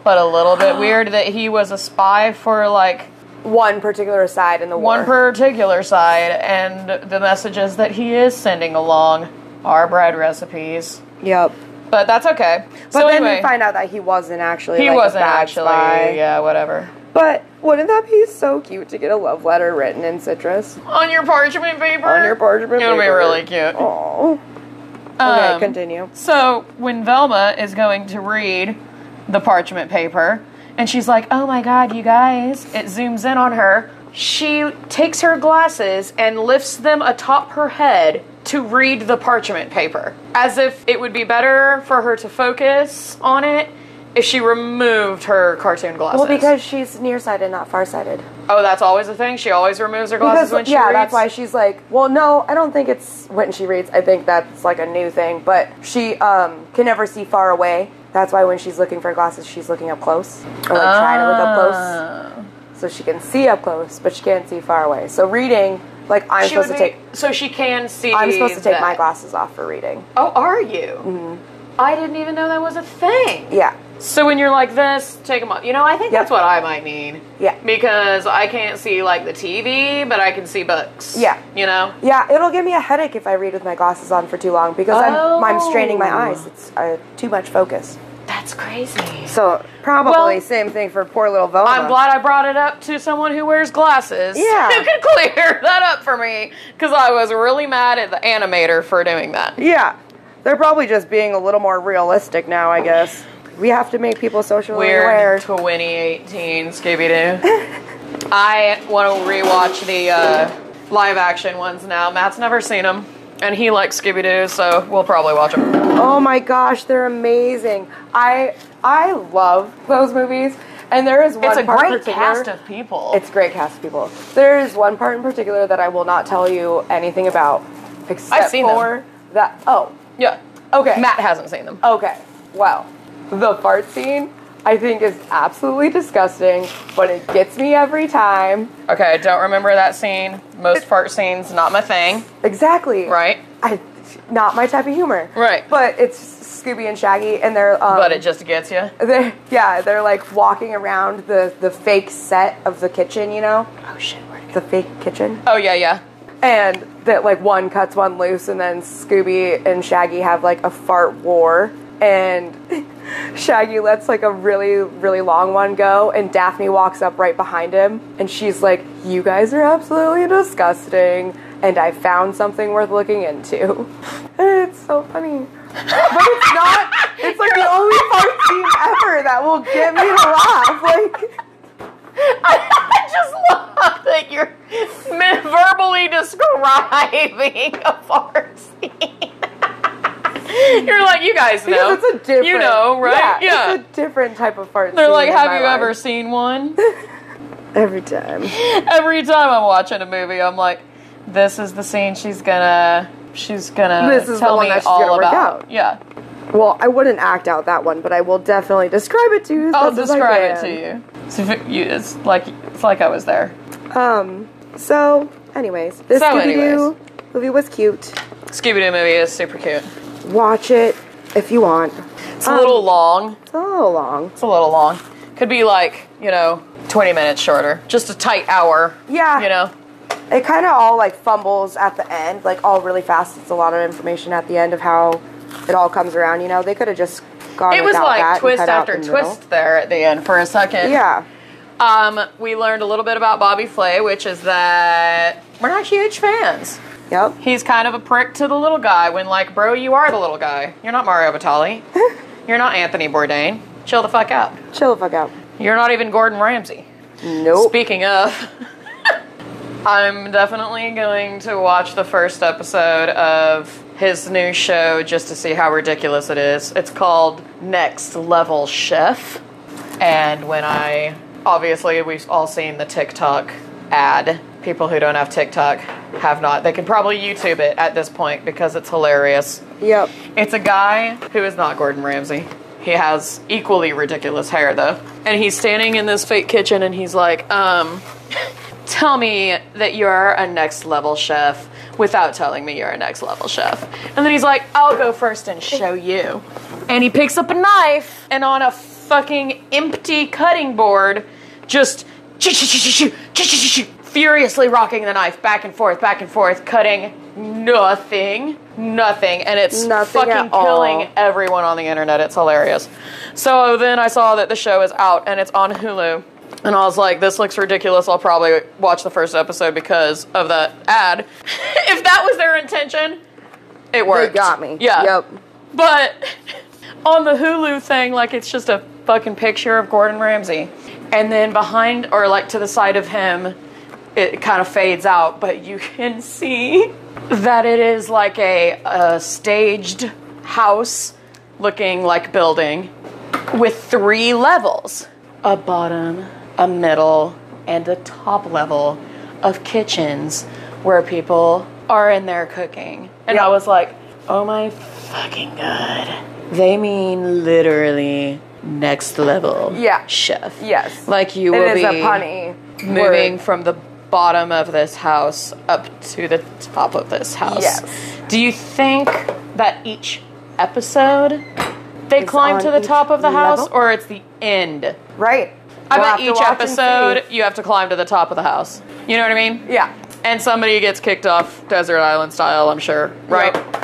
but a little bit weird that he was a spy for like One particular side in the war. one particular side and the messages that he is sending along are bread recipes Yep. but that's okay But so then anyway we find out that he wasn't actually. he like, a wasn't bad actually spy. yeah whatever But wouldn't that be so cute to get a love letter written in citrus on your parchment paper on your parchment it would be paper? really cute Oh. Okay, Um, continue. So when Velma is going to read the parchment paper, and she's like, "Oh my God, you guys!" It zooms in on her. She takes her glasses and lifts them atop her head to read the parchment paper, as if it would be better for her to focus on it if she removed her cartoon glasses. Well, because she's nearsighted, not farsighted. oh, that's always the thing. She always removes her glasses Because when she yeah, reads. that's why she's like, well, no, I don't think it's when she reads. I think that's like a new thing. But she um, can never see far away. That's why when she's looking for glasses, she's looking up close or like trying to look up Ah. close, so she can see up close, but she can't see far away. So reading, like I'm She would supposed to be, take, so she can see. I'm supposed to take my that. glasses off for reading. Oh, are you? I didn't even know that was a thing. Yeah, So when you're like this, take them off. You know, I think Yep. that's what I might need. Yeah. Because I can't see like the TV, but I can see books. Yeah. You know. yeah, it'll give me a headache if I read with my glasses on for too long because I'm I'm straining my Oh. eyes. It's uh, too much focus. That's crazy. So probably Well- same thing for poor little Velma. I'm glad I brought it up to someone who wears glasses. Yeah. Who could clear that up for me? Because I was really mad at the animator for doing that. Yeah. They're probably just being a little more realistic now, I guess. We have to make people socially Weird aware. 2018 Scooby Doo. I want to rewatch the uh, live action ones now. Matt's never seen them, and he likes Scooby Doo, so we'll probably watch them. Oh my gosh, they're amazing. I I love those movies. And there is one It's a part in great particular- cast of people. It's a great cast of people. There is one part in particular that I will not tell you anything about except seen them. for that oh, yeah. okay. Matt hasn't seen them. Okay. Well, the fart scene I think is absolutely disgusting, but it gets me every time. Okay, I don't remember that scene. Most fart scenes, not my thing. Exactly. Right. I not my type of humor. Right. But it's Scooby and Shaggy, and they're um, But it just gets you. they yeah they're like walking around the the fake set of the kitchen, you know, Oh shit. the fake kitchen, Oh yeah, yeah. and that like one cuts one loose, and then Scooby and Shaggy have like a fart war, and Shaggy lets like a really really long one go, and Daphne walks up right behind him, and she's like, "You guys are absolutely disgusting." And I found something worth looking into. And it's so funny. But it's not. It's like the only fart scene ever that will get me to laugh. Like, I just love that you're verbally driving a Farsi. You're like, you guys know. Because it's a different. You know, right? Yeah, Yeah. It's a different type of fart. They're scene like, in have my you life." ever seen one? Every time. Every time I'm watching a movie, I'm like, this is the scene she's gonna. She's gonna This is the tell one me that she's all gonna work about. out. Yeah, Well, I wouldn't act out that one, but I will definitely describe it to you. as I'll best as I describe it to can. you. It's, if you. it's like it's like I was there. Um. So, anyways, this So Scooby anyways. Doo movie was cute. Scooby Doo movie is super cute. Watch it if you want. It's a Um, little long. It's a little long. It's a little long. Could be like you know, 20 minutes shorter. Just a tight hour. Yeah. You know. It kind of all like fumbles at the end, like all really fast. It's a lot of information at the end of how it all comes around. You know, they could have just gone. It was without that like and twist cut out after the middle. twist there at the end for a second. Yeah. Um, we learned a little bit about Bobby Flay, which is that we're not huge fans. Yep. He's kind of a prick to the little guy when, like, bro, you are the little guy. You're not Mario Batali. You're not Anthony Bourdain. Chill the fuck out. Chill the fuck out. You're not even Gordon Ramsay. Nope. Speaking of, I'm definitely going to watch the first episode of his new show just to see how ridiculous it is. It's called Next Level Chef. And when I, obviously, we've all seen the TikTok ad. People who don't have TikTok have not. They can probably YouTube it at this point because it's hilarious. Yep. It's a guy who is not Gordon Ramsay. He has equally ridiculous hair though. And he's standing in this fake kitchen and he's like, um, tell me that you're a next level chef without telling me you're a next level chef. And then he's like, I'll go first and show you. And he picks up a knife and on a fucking empty cutting board, just furiously rocking the knife back and forth, back and forth, cutting nothing, nothing. And it's Nothing at fucking all. killing everyone on the internet. It's hilarious. So then I saw that the show is out and it's on Hulu. And I was like, this looks ridiculous. I'll probably watch the first episode because of that ad. if that was their intention, it They worked. got me. Yeah. Yep. But on the Hulu thing, like it's just a fucking picture of Gordon Ramsay. And then behind or like to the side of him, it kind of fades out, but you can see that it is like a, a staged house looking like building with three levels a bottom, a middle, and a top level of kitchens where people are in there cooking. And I was like, oh my fucking god. They mean literally next level Yeah. chef. Yes. Like you It will is be a punny. moving word. from the bottom of this house up to the top of this house. Yes. Do you think that each episode they Is climb on to the each top of the house level? or it's the end? Right. I We'll have bet to each watch and see. episode you have to climb to the top of the house. You know what I mean? Yeah. And somebody gets kicked off desert island style, I'm sure, right?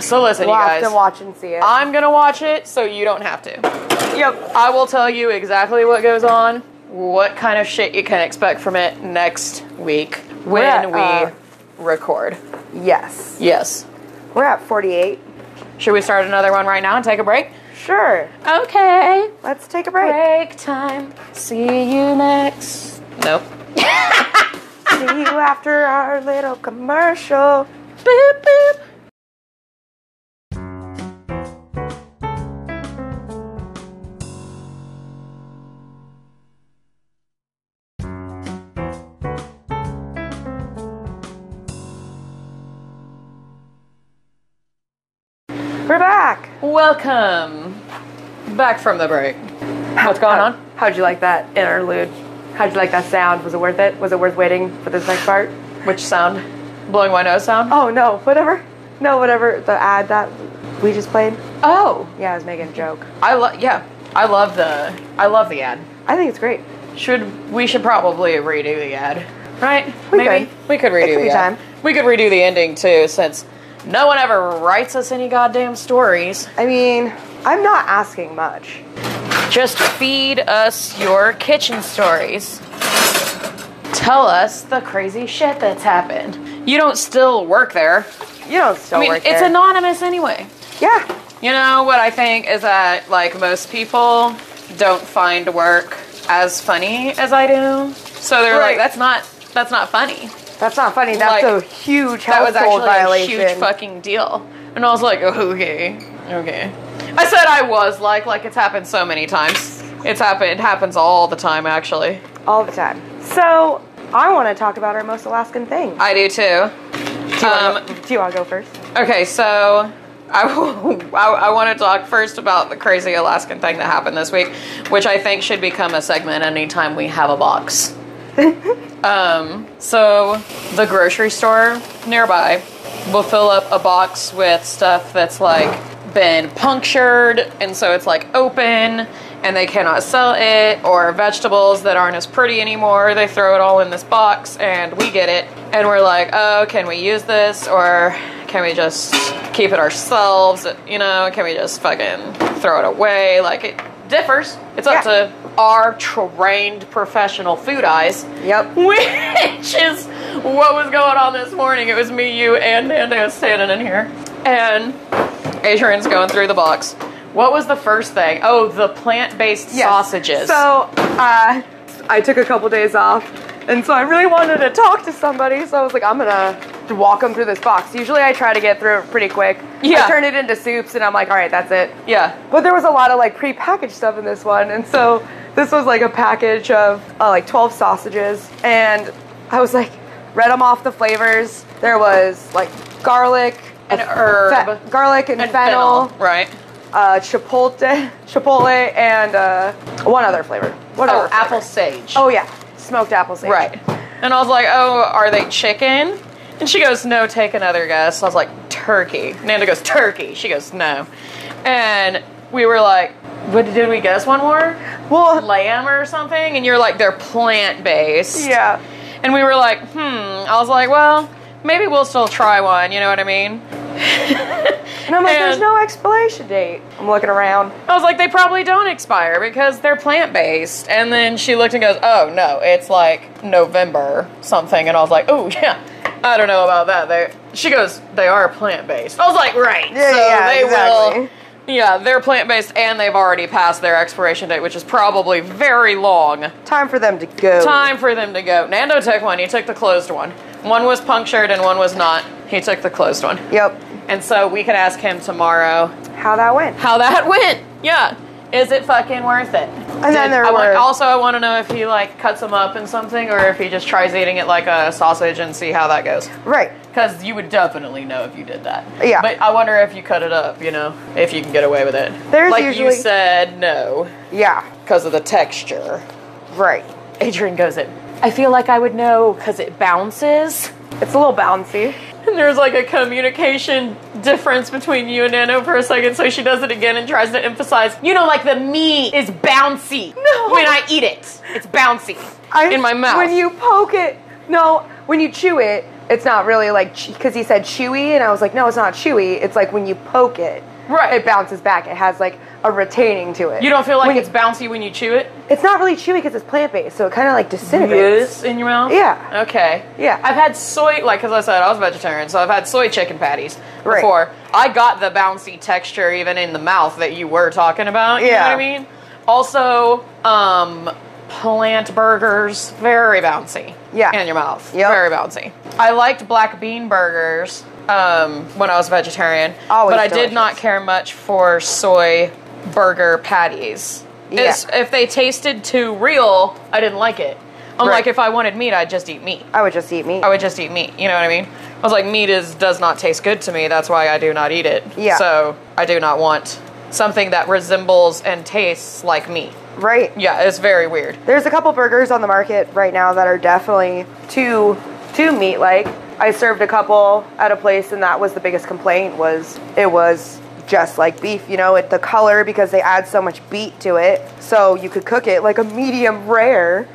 So listen, We'll you have guys. to watch and see it. I'm gonna watch it so you don't have to. yep. I will tell you exactly what goes on, what kind of shit you can expect from it next week when at, we uh, record. Yes. Yes. We're at 48. Should we start another one right now and take a break? Sure. Okay. Let's take a break. Break time. See you next. Nope. see you after our little commercial. Boop boop. We're back. Welcome back from the break. What's going How- on? How'd you like that interlude? How'd you like that sound? Was it worth it? Was it worth waiting for this next part? Which sound? Blowing my nose sound? Oh no, whatever. No, whatever. The ad that we just played. Oh, Yeah, I was making a joke. I love. Yeah, I love the. I love the ad. I think it's great. Should we should probably redo the ad, right? We Maybe could. we could It redo could the be ad. time. We could redo the ending too, since no one ever writes us any goddamn stories. I mean, I'm not asking much. Just feed us your kitchen stories. Tell us the crazy shit that's happened. You don't still work there. You don't still I mean, work it's there. anonymous anyway. yeah. You know what I think is that like most people don't find work as funny as I do. So they're like Right. that's not that's not funny. That's not funny. Like, That's a huge that was household actually violation. a huge fucking deal. And I was like, okay, okay. I said I was like, like it's happened so many times. It's happened. It happens all the time, actually. all the time. So I want to talk about our most Alaskan thing. I do too. do, you wanna um, go, do you want to go first? Okay, so I, want to talk first about the crazy Alaskan thing that happened this week, which I think should become a segment anytime we have a box. um, so the grocery store nearby will fill up a box with stuff that's like been punctured, and so it's like open. And they cannot sell it, or vegetables that aren't as pretty anymore. They throw it all in this box, and we get it. And we're like, oh, can we use this? Or can we just keep it ourselves? You know, can we just fucking throw it away? Like, it differs. It's up Yeah. to our trained professional food eyes. Yep. Which is what was going on this morning. It was me, you, and Nando standing in here. And Adrian's going through the box. What was the first thing? Oh, the plant based Yes. sausages. So uh, I took a couple days off, and so I really wanted to talk to somebody. So I was like, I'm gonna walk them through this box. Usually I try to get through it pretty quick. Yeah. I turn it into soups, and I'm like, all right, that's it. yeah. But there was a lot of like prepackaged stuff in this one, and so this was like a package of uh, like 12 sausages, and I was like, read them off the flavors. There was like garlic, And a- herb. fe- garlic and, fennel, Right. Uh, chipotle, chipotle, and uh, one other flavor. Oh, Whatever. flavor. apple sage. Oh yeah, smoked apple sage. Right. And I was like, oh, are they chicken? And she goes, no, take another guess. I was like, turkey. Nanda goes, turkey. She goes, no. And we were like, what did we guess one more? Well, Lamb or something? And you're like, they're plant based. yeah. And we were like, hmm. I was like, well, maybe we'll still try one. You know what I mean? And I'm like, there's And- no expiration date. I'm looking around. I was like, they probably don't expire because they're plant based. And then she looked and goes, oh no, it's like November something. And I was like, oh yeah, I don't know about that. They, she goes, they are plant based. I was like, right. Yeah, so yeah, they exactly. will. Yeah, they're plant based and they've already passed their expiration date, which is probably very long. Time for them to go. Time for them to go. Nando took one. He took the closed one. One was punctured and one was not. He took the closed one. Yep. And so we can ask him tomorrow How that went. how that went. Yeah. Is it fucking worth it? And then there I want, were- also I want to know if he like cuts them up in something or if he just tries eating it like a sausage and see how that goes. Right. Because you would definitely know if you did that. Yeah. But I wonder if you cut it up, you know, if you can get away with it. There's like you usually- said, no, Yeah. because of the texture. Right. Adrian goes in. I feel like I would know because it bounces. It's a little bouncy. And there's like a communication difference between you and Nano for a second, so she does it again and tries to emphasize, you know, like the meat is bouncy. No. When I eat it, it's bouncy in my mouth. When you poke it, no, when you chew it, it's not really like because he said chewy, and I was like, no, it's not chewy. It's like when you poke it, Right. It bounces back. It has like a retaining to it. You don't feel like When it's you- bouncy when you chew it? It's not really chewy because it's plant based, so it kind of like disintegrates. Yes, in your mouth? Yeah. Okay. Yeah. I've had soy, like, because I said I was vegetarian, so I've had soy chicken patties Right. before. I got the bouncy texture even in the mouth that you were talking about. You know Yeah. what I mean? Also, um, plant burgers, very bouncy. Yeah. In your mouth. Yep. Very bouncy. I liked black bean burgers um, when I was vegetarian, Always but I did delicious. not care much for soy burger patties. Yeah. It's- if they tasted too real, I didn't like it. I'm Right. like, if I wanted meat, I'd just eat meat. I would just eat meat. I would just eat meat. You know what I mean? I was like, meat is does not taste good to me. That's why I do not eat it. Yeah. So I do not want something that resembles and tastes like meat. right. Yeah, it's very weird. There's a couple burgers on the market right now that are definitely too too meat like. I served a couple at a place and that was the biggest complaint was it was just like beef, you know, it the color because they add so much beet to it. So you could cook it like a medium rare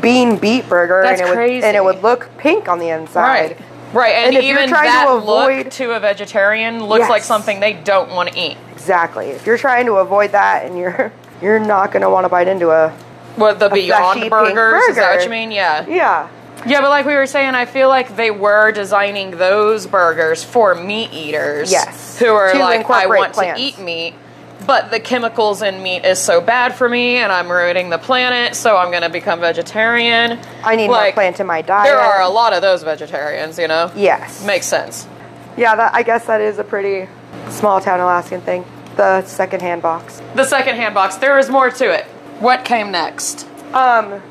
bean beet burger That's and it would crazy. and it would look pink on the inside. Right. Right, and, And if you're even trying to that look avoid- to a vegetarian looks Yes. like something they don't want to eat. Exactly. If you're trying to avoid that and you're you're not going to want to bite into a What the Beyond pink Burgers? Is that what burger. you mean? Yeah. yeah. Yeah, but like we were saying, I feel like they were designing those burgers for meat eaters. Yes. Who are To like, I incorporate want plants." to eat meat. but the chemicals in meat is so bad for me, and I'm ruining the planet, so I'm gonna become vegetarian. I need more Like, plant in my diet. There are a lot of those vegetarians, you know. uh, Yes. Makes sense. Yeah, that, I guess that is a pretty small town Alaskan thing. The secondhand box. The second hand box. There is more to it. What came next? Um,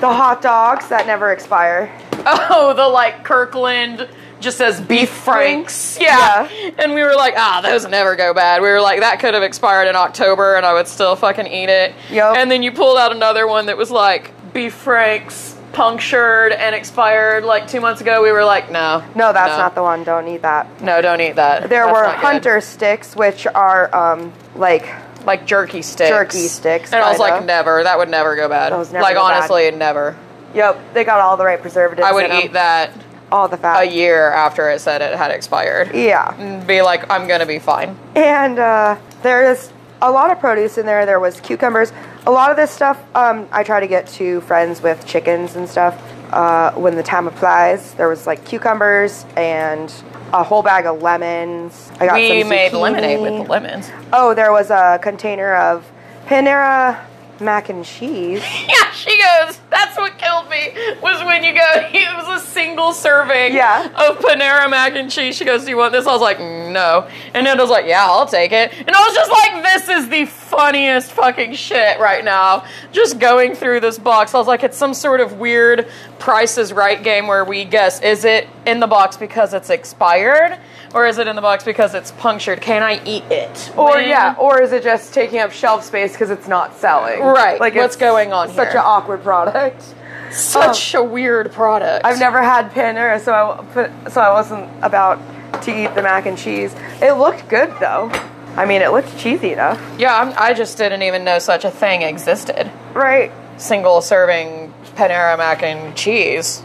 the hot dogs that never expire. Oh, the like Kirkland just says beef franks. Yeah. Yeah. And we were like, ah, those never go bad. We were like, that could have expired in October and I would still fucking eat it. Yup. And then you pulled out another one that was like beef franks punctured and expired like two months ago. We were like, no. No, that's not the one. Don't eat that. No, don't eat that. There That's were not good. hunter sticks, which are um like like jerky sticks. Jerky sticks, And I was kinda. like, never. That would never go bad. Those never like go bad. honestly, never. yep, they got all the right preservatives. I would in 'em. eat that all the fat. a year after it said it had expired. Yeah. and be like, I'm gonna be fine. And uh, there is a lot of produce in there. There was cucumbers. A lot of this stuff um, I try to get to friends with chickens and stuff uh, when the time applies. There was like cucumbers and a whole bag of lemons. I got We some made zucchini. lemonade with the lemons. Oh, there was a container of Panera mac and cheese. Yeah, she goes, that's what killed me was when you go, it was a single serving Yeah. of Panera mac and cheese. She goes, Do you want this? I was like, No. And Ned was like, Yeah, I'll take it. And I was just like, This is the funniest fucking shit right now. Just going through this box. I was like, It's some sort of weird Price is Right game where we guess, is it in the box because it's expired? Or is it in the box because it's punctured? Can I eat it? Or When- yeah, or is it just taking up shelf space because it's not selling? Right, what's it's going on Such here? an awkward product. uh, Such a weird product. I've never had Panera, so I put, so I wasn't about to eat the mac and cheese. It looked good though. I mean, it looked cheesy enough, Yeah, I'm, I just didn't even know such a thing existed. right? Single serving Panera mac and cheese.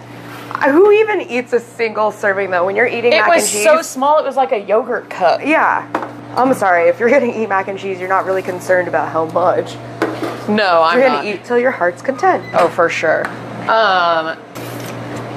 Who even eats a single serving though? When you're eating It mac was and cheese, so small, it was like a yogurt cup. yeah. I'm sorry. If you're gonna eat mac and cheese, you're not really concerned about how much. No, I'm You're not. gonna eat till your heart's content. Oh, for sure. Um,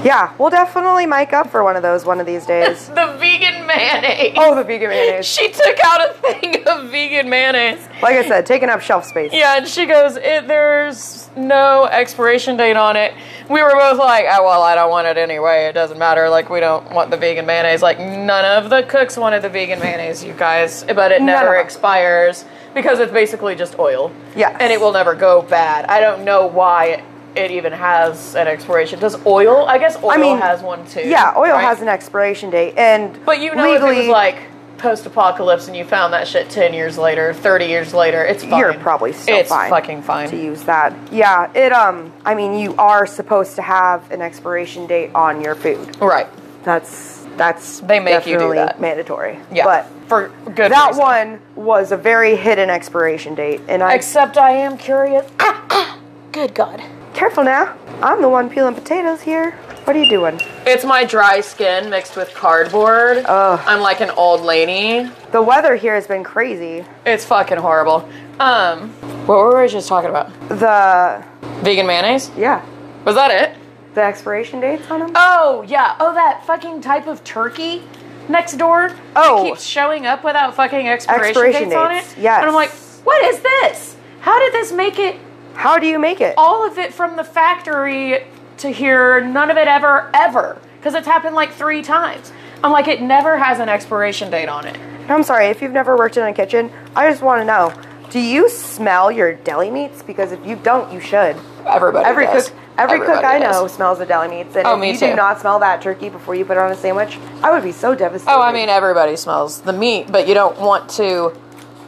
Yeah, we'll definitely mic up for one of those one of these days. the vegan mayonnaise. oh, the vegan mayonnaise. She took out a thing of vegan mayonnaise. Like I said, taking up shelf space. Yeah, and she goes, it, "There's no expiration date on it." We were both like, oh, "Well, I don't want it anyway. It doesn't matter. Like, we don't want the vegan mayonnaise. Like, none of the cooks wanted the vegan mayonnaise, you guys. But it None of never them. expires because it's basically just oil. Yes. and it will never go bad. I don't know why it even has an expiration. Does oil? I guess oil mean, has one too. Yeah, oil right? has an expiration date, and But you know, legally, if it was like post-apocalypse and you found that shit 10 years later 30 years later it's fine You're probably still it's fine fucking fine to use that. Yeah, it um I mean you are supposed to have an expiration date on your food. Right. That's that's They make you do definitely that. mandatory. Yeah. But for good that reason. one was a very hidden expiration date and I Except I am curious. good God. careful now. I'm the one peeling potatoes here. What are you doing? It's my dry skin mixed with cardboard. Ugh. I'm like an old lady. The weather here has been crazy. It's fucking horrible. Um, what were we just talking about? The Vegan mayonnaise? yeah, Was that it? the expiration dates on them. Oh yeah. Oh, that fucking type of turkey next door. Oh. that keeps showing up without fucking expiration, Expiration dates, on it. dates, yes. And I'm like, what is this? How did this make it How do you make it? all of it from the factory to here, none of it ever, ever. Because it's happened like three times. I'm like, it never has an expiration date on it. I'm sorry, if you've never worked in a kitchen, I just want to know do you smell your deli meats? Because if you don't, you should. Everybody Every does. cook, every cook Everybody I does. know smells the deli meats, and Oh, if me you too. do not smell that turkey before you put it on a sandwich, I would be so devastated. Oh, I mean, everybody smells the meat, but you don't want to,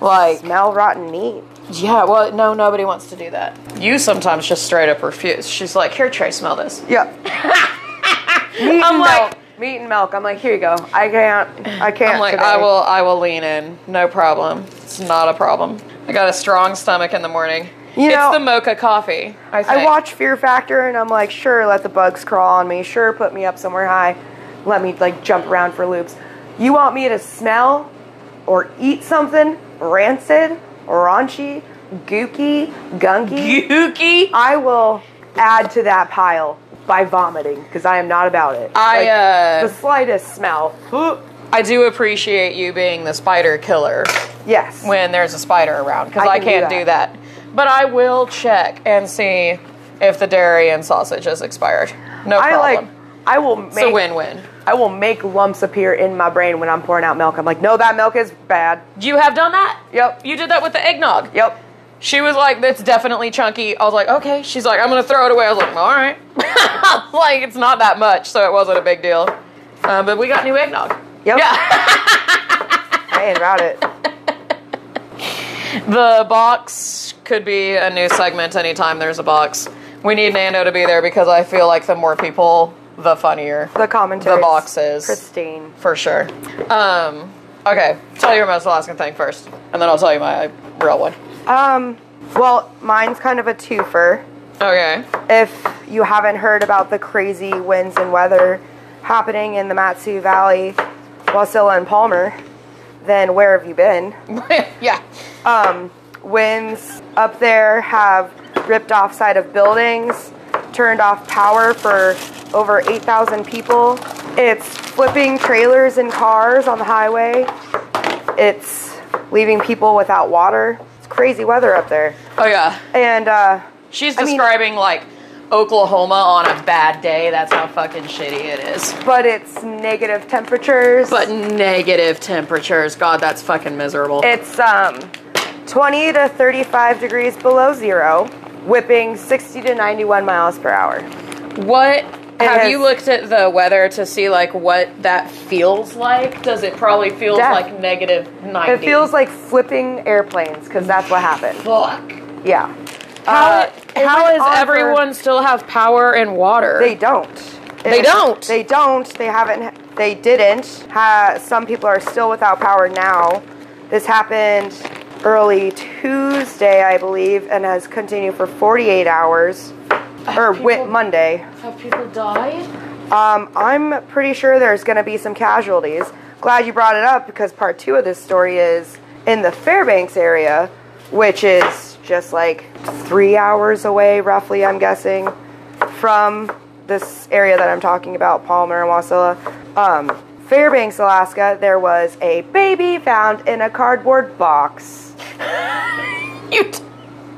like, smell rotten meat. yeah, well, no, nobody wants to do that. You sometimes just straight up refuse. She's like, here, Trey, smell this. Yep. meat I'm and like- milk. Meat and milk. I'm like, here you go. I can't. I can't. I'm like, today. I will, I will lean in. No problem. It's not a problem. I got a strong stomach in the morning. You it's know- the mocha coffee. I, think. I watch Fear Factor, and I'm like, sure, let the bugs crawl on me. Sure, put me up somewhere high. Let me like jump around for loops. You want me to smell or eat something rancid, raunchy, gooky, gunky? Yuki. I will add to that pile by vomiting because I am not about it. I, uh, the slightest smell. I do appreciate you being the spider killer Yes. when there's a spider around because I, I can can't do do that. But I will check and see if the dairy and sausage is expired. No I problem. like. I will make. it's a win-win. I will make lumps appear in my brain when I'm pouring out milk. I'm like, no, that milk is bad. You have done that. Yep. You did that with the eggnog. Yep. She was like, "That's definitely chunky." I was like, "Okay." She's like, "I'm gonna throw it away." I was like, "All right." like it's not that much, so it wasn't a big deal. Uh, but we got new eggnog. Yep. Yeah. I ain't about it. the box could be a new segment anytime there's a box. We need Nando to be there because I feel like the more people, the funnier. The commentary. The boxes. Pristine. For sure. Um, okay, tell your most Alaskan thing first, and then I'll tell you my real one. Um, well, mine's kind of a twofer. Okay. If you haven't heard about the crazy winds and weather happening in the Matsu Valley, Wasilla and Palmer, then where have you been? yeah. um, winds up there have ripped off side of buildings, turned off power for over 8,000 people. It's flipping trailers and cars on the highway. It's leaving people without water. It's crazy weather up there. Oh, yeah. And uh, She's I mean- describing like Oklahoma on a bad day. That's how fucking shitty it is. but it's negative temperatures. But negative temperatures. God, that's fucking miserable. It's um 20 to 35 degrees below 0, whipping 60 to 91 miles per hour. What have has- you looked at the weather to see like what that feels like? Does it probably feels Death. like negative ninety? It feels like flipping airplanes because that's what happened. fuck. Yeah. How, Uh, it how went does on for- everyone still have power and water? They don't. They It- don't? They don't. They haven't. They didn't. Ha, some people are still without power now. This happened early Tuesday, I believe, and has continued for 48 hours. Or people- wit Monday. have people died? Um, I'm pretty sure there's going to be some casualties. Glad you brought it up because part two of this story is in the Fairbanks area, which is just like three hours away, roughly, I'm guessing, from this area that I'm talking about, Palmer and Wasilla. Um, Fairbanks, Alaska, there was a baby found in a cardboard box You t-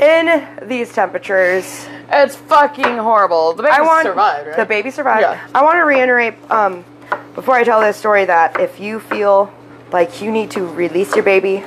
in these temperatures. it's fucking horrible. The baby I want survived, right? the baby survived. Yeah. I want to reiterate um, before I tell this story that if you feel like you need to release your baby,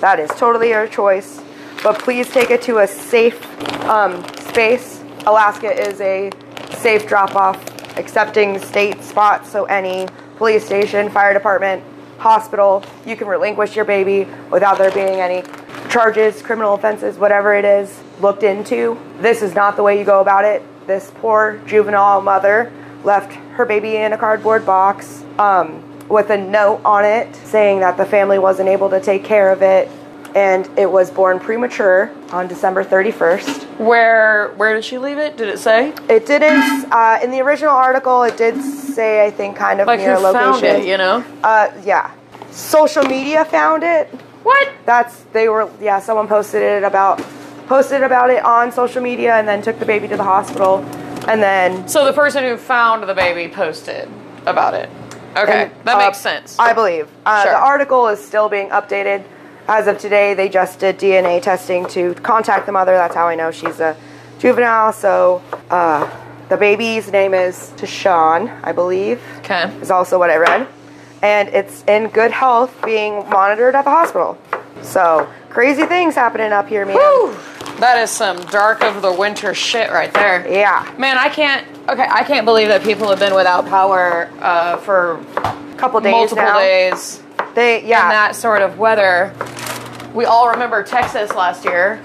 that is totally your choice. But please take it to a safe um, space. Alaska is a safe drop-off, accepting state spot. So any police station, fire department, hospital, you can relinquish your baby without there being any charges, criminal offenses, whatever it is, looked into. This is not the way you go about it. This poor juvenile mother left her baby in a cardboard box um, with a note on it saying that the family wasn't able to take care of it and it was born premature on December 31st. Where where did she leave it? Did it say? It didn't, uh, in the original article, it did say, I think, kind of Like near who location. found it? You know Uh, yeah. Social media found it. what? That's they were yeah. Someone posted it about posted about it on social media and then took the baby to the hospital, and then So the person who found the baby posted about it. Okay, and, that uh, makes sense. I believe uh, Sure. the article is still being updated. As of today, they just did DNA testing to contact the mother. That's how I know she's a juvenile. So uh, the baby's name is Tashawn, I believe. okay. is also what I read. And it's in good health being monitored at the hospital. So crazy things happening up here, man. Whew. That is some dark of the winter shit right there. Yeah. Man, I can't. Okay, I can't believe that people have been without power uh, for Couple days multiple now. days They in yeah. that sort of weather. We all remember Texas last year.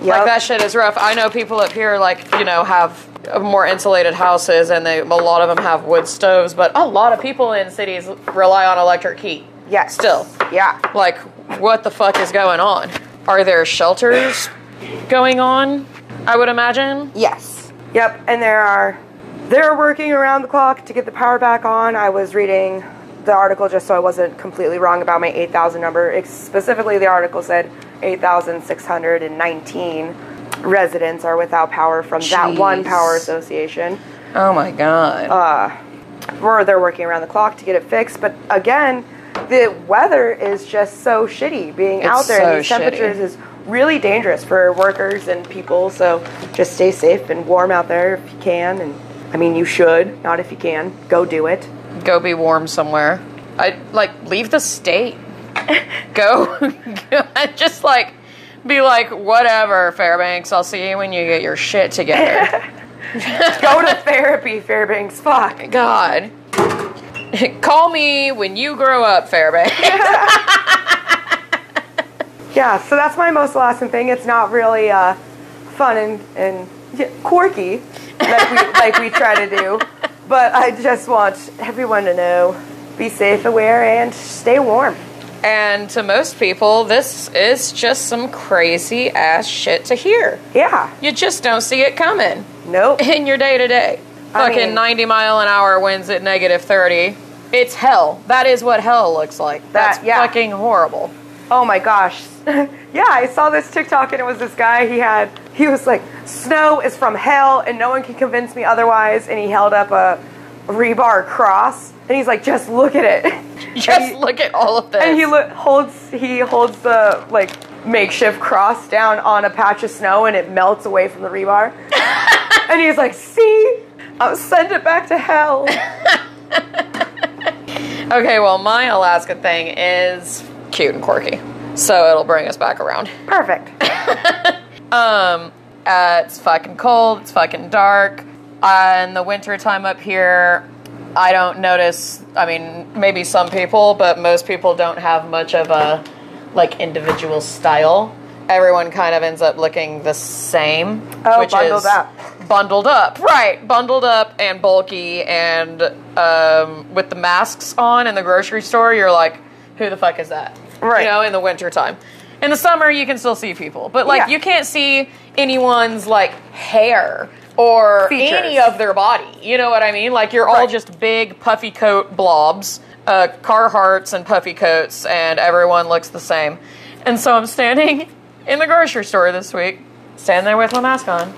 Like Yep. that shit is rough. I know people up here, like you know, have more insulated houses, and they a lot of them have wood stoves. But a lot of people in cities rely on electric heat. Yes. Still. Yeah. Like, what the fuck is going on? Are there shelters going on? I would imagine. Yes. Yep. And there are they're working around the clock to get the power back on. I was reading the article just so I wasn't completely wrong about my 8,000 number. It's specifically, the article said 8,619 residents are without power from that one Jeez. power association. Oh my god. or they're working around the clock to get it fixed. But again, Yeah. the weather is just so shitty being It's out there so and these temperatures shitty. is really dangerous for workers and people so just stay safe and warm out there if you can and i mean you should not if you can go do it Go be warm somewhere. I like leave the state. Go, just like be like whatever, Fairbanks. I'll see you when you get your shit together. go to therapy fairbanks fuck God, call me when you grow up, Fairbanks. yeah so that's my most awesome thing it's not really uh, fun and, and yeah, quirky like we, like we try to do but i just want everyone to know be safe aware and stay warm and to most people, this is just some crazy ass shit to hear. yeah You just don't see it coming nope in your day to day. I Fucking mean- 90 mile an hour winds at negative 30. It's hell. That is what hell looks like. That- That's yeah. fucking horrible. Oh my gosh. yeah, I saw this TikTok and it was this guy he had he was like, Snow is from hell and no one can convince me otherwise and he held up a rebar cross and he's like, just look at it. Just and he, look at all of this. and he lo- holds he holds the like makeshift cross down on a patch of snow and it melts away from the rebar. and he's like, see? I'll send it back to hell. okay, well, my Alaska thing is cute and quirky. So it'll bring us back around. Perfect. Um, uh, it's fucking cold. It's fucking dark. Uh, in the winter time up here, I don't notice. I mean, maybe some people, but most people don't have much of a like individual style. Everyone kind of ends up looking the same, Oh, which bundled is up. bundled up, right? Bundled up and bulky, and um, with the masks on in the grocery store, you're like, "Who the fuck is that?" Right. You know, in the winter time. In the summer, you can still see people, but like Yeah. you can't see anyone's like hair or Features. any of their body. You know what I mean? Like you're all Right. just big puffy coat blobs, uh, Carhartts and puffy coats, and everyone looks the same. And so I'm standing in the grocery store this week, standing there with my mask on,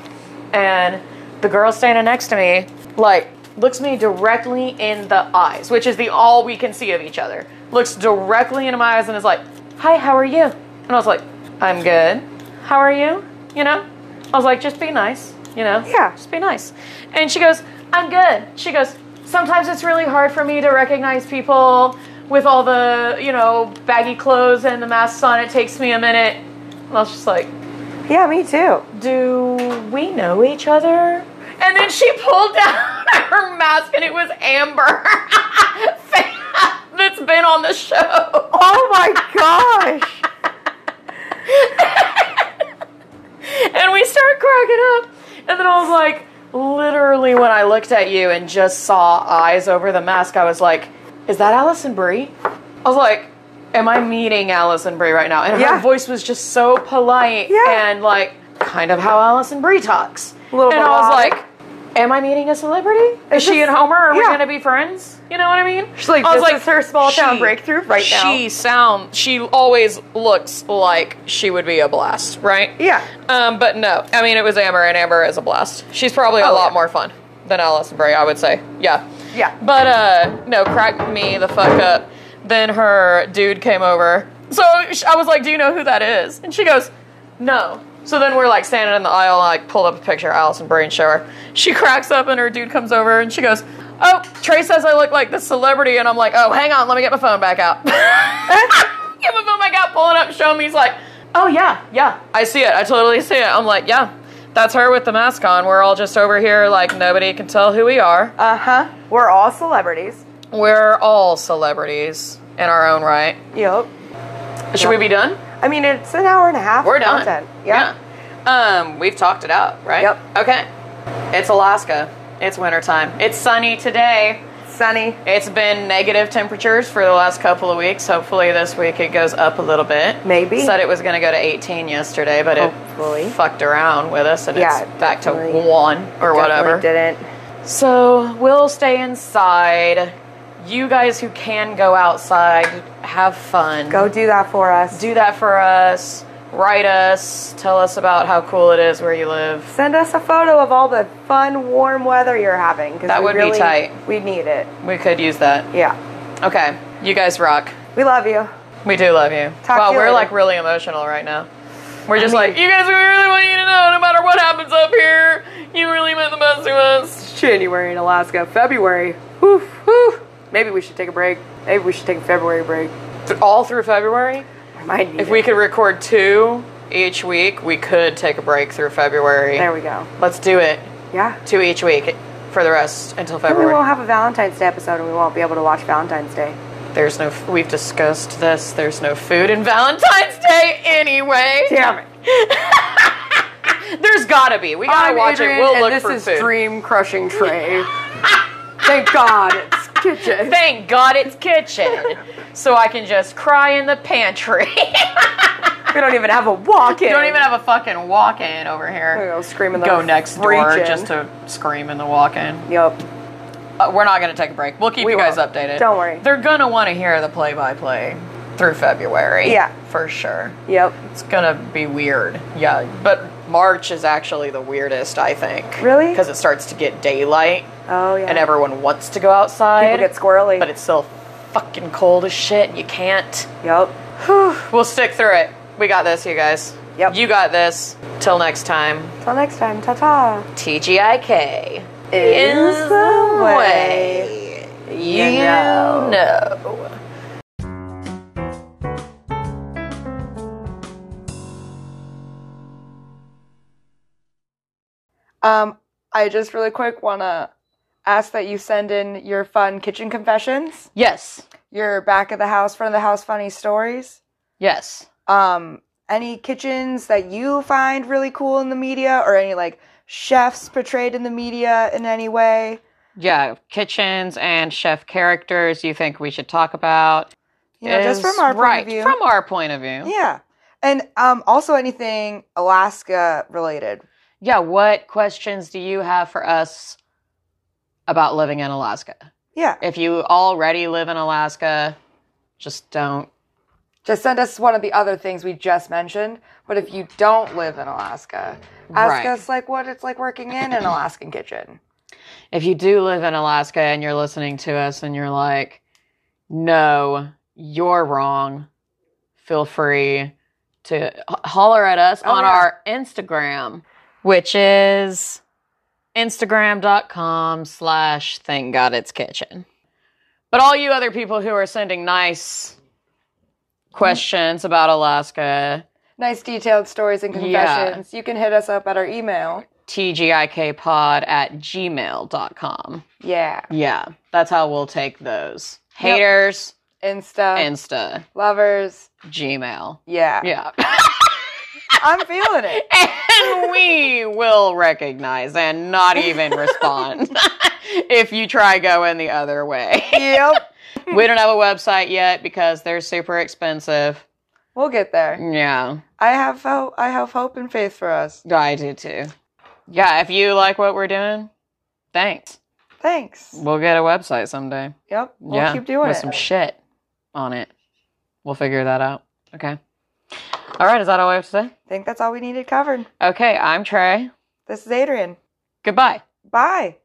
and the girl standing next to me like looks me directly in the eyes, which is the all we can see of each other. Looks directly into my eyes and is like, "Hi, how are you?" And I was like, "I'm good. How are you?" You know, I was like, "Just be nice." You know, Yeah. just be nice. And she goes, "I'm good." She goes, "Sometimes it's really hard for me to recognize people with all the you know baggy clothes and the masks on. It takes me a minute." And I was just like, Yeah, me too. do we know each other? And then she pulled down her mask and it was Amber that's been on the show. Oh my gosh. And we start cracking up. And then I was like, literally, when I looked at you and just saw eyes over the mask, I was like, is that Allison Brie? I was like, am I meeting Allison Brie right now? And Yeah. her voice was just so polite Yeah. and like kind of how Allison Brie talks. A little and I was melodic. like, am I meeting a celebrity? Is Is she this- and Homer? Are we yeah. going to be friends? You know what I mean? She's like, I was this is her small town breakthrough right she now. She sound. She always looks like she would be a blast, right? Yeah. Um, but no, I mean it was Amber, and Amber is a blast. She's probably a Oh, lot yeah. more fun than Allison Brie, I would say. Yeah. Yeah. But uh, no, cracked me the fuck up. Then her dude came over, so sh- I was like, "Do you know who that is?" And she goes, "No." So then we're like standing in the aisle, and I like pulled up a picture of Allison Brie and show her. She cracks up, and her dude comes over, and she goes, "Oh, Trey says I look like this celebrity," and I'm like, "Oh, hang on, let me get my phone back out." Give him my god, pulling up, showing me. He's like, oh yeah, yeah, I see it. I totally see it. I'm like, yeah, that's her with the mask on. We're all just over here, like nobody can tell who we are. Uh huh. We're all celebrities. We're all celebrities in our own right. Yep. Should we be done? I mean, it's an hour and a half. We're of done. Content. Yeah. Yeah. Um, we've talked it out, right? Yep. Okay. It's Alaska. It's wintertime. It's sunny today. Sunny. It's been negative temperatures for the last couple of weeks. Hopefully, this week it goes up a little bit. Maybe. Said it was going to go to 18 yesterday, but Hopefully. it fucked around with us and Yeah, it's back to definitely. one or whatever. Definitely didn't. So we'll stay inside. You guys who can go outside, have fun. Go do that for us. do that for us. Write us. Tell us about how cool it is where you live. Send us a photo of all the fun, warm weather you're having. 'cause That we would be really- tight. We need it. We could use that. Yeah. Okay. You guys rock. We love you. We do love you. Talk wow, to you we're later. like really emotional right now. We're just like, you guys, we really want you to know, no matter what happens up here, you really meant the best to us. January in Alaska, February. Woof, woof. Maybe we should take a break. Maybe we should take a February break. All through February. I might need If we it. could record two each week, we could take a break through February. There we go. Let's do it. Yeah. Two each week for the rest until Then we February. won't have a Valentine's Day episode and we won't be able to watch Valentine's Day. There's no. f- We've discussed this. There's no food in Valentine's Day anyway. Damn it. There's gotta be. We gotta I'm watch Adrian, it. We'll and look this for is food. Dream Crushing Tray. Thank God it's kitchen. Thank God it's kitchen, so I can just cry in the pantry. We don't even have a walk-in. You don't even have a fucking walk-in over There we here. go, screaming Go next door region. just to scream in the walk-in. Yep. Uh, we're not gonna take a break. We'll keep We you guys won't. updated. Don't worry. They're gonna want to hear the play-by-play through February. Yeah. for sure. Yep. It's gonna be weird. Yeah, but March is actually the weirdest, I think. Really? Because it starts to get daylight Oh yeah. and everyone wants to go outside. People get squirrely. But it's still fucking cold as shit. You can't. Yep. We'll stick through it. We got this, you guys. Yep. You got this. Till next time. Till next time. Ta ta. TGIK Is the way you know. know. Um, I just really quick wanna ask that you send in your fun kitchen confessions, Yes. your back of the house, front of the house funny stories. Yes. Um, any kitchens that you find really cool in the media, or any like chefs portrayed in the media in any way. Yeah. Kitchens and chef characters you think we should talk about. You know, just is from our right, point of view. From our point of view. yeah. And um, also anything Alaska related. yeah. What questions do you have for us about living in Alaska? Yeah. If you already live in Alaska, just don't. Just send us one of the other things we just mentioned. But if you don't live in Alaska, ask Right. us like what it's like working in an Alaskan kitchen. If you do live in Alaska and you're listening to us and you're like, no, you're wrong, feel free to h- holler at us Oh, on yeah. our Instagram, which is instagram.com slash thing got its kitchen. But all you other people who are sending nice questions about Alaska, Nice detailed stories and Yeah. confessions. You can hit us up at our email. tgikpod at gmail.com. Yeah. Yeah, that's how we'll take those. Haters, Insta. Insta, lovers. Gmail. Yeah. Yeah. I'm feeling it. and we will recognize and not even respond if you try going the other way. Yep. we don't have a website yet because they're super expensive. We'll get there. Yeah, I have hope I have hope and faith for us. I do too. Yeah, if you like what we're doing, thanks. Thanks. We'll get a website someday. Yep. We'll yeah, keep doing with it. some shit on it. We'll figure that out. Okay. All right. Is that all I have to say? I think that's all we needed covered. Okay. I'm Trey. This is Adrian. Goodbye. Bye.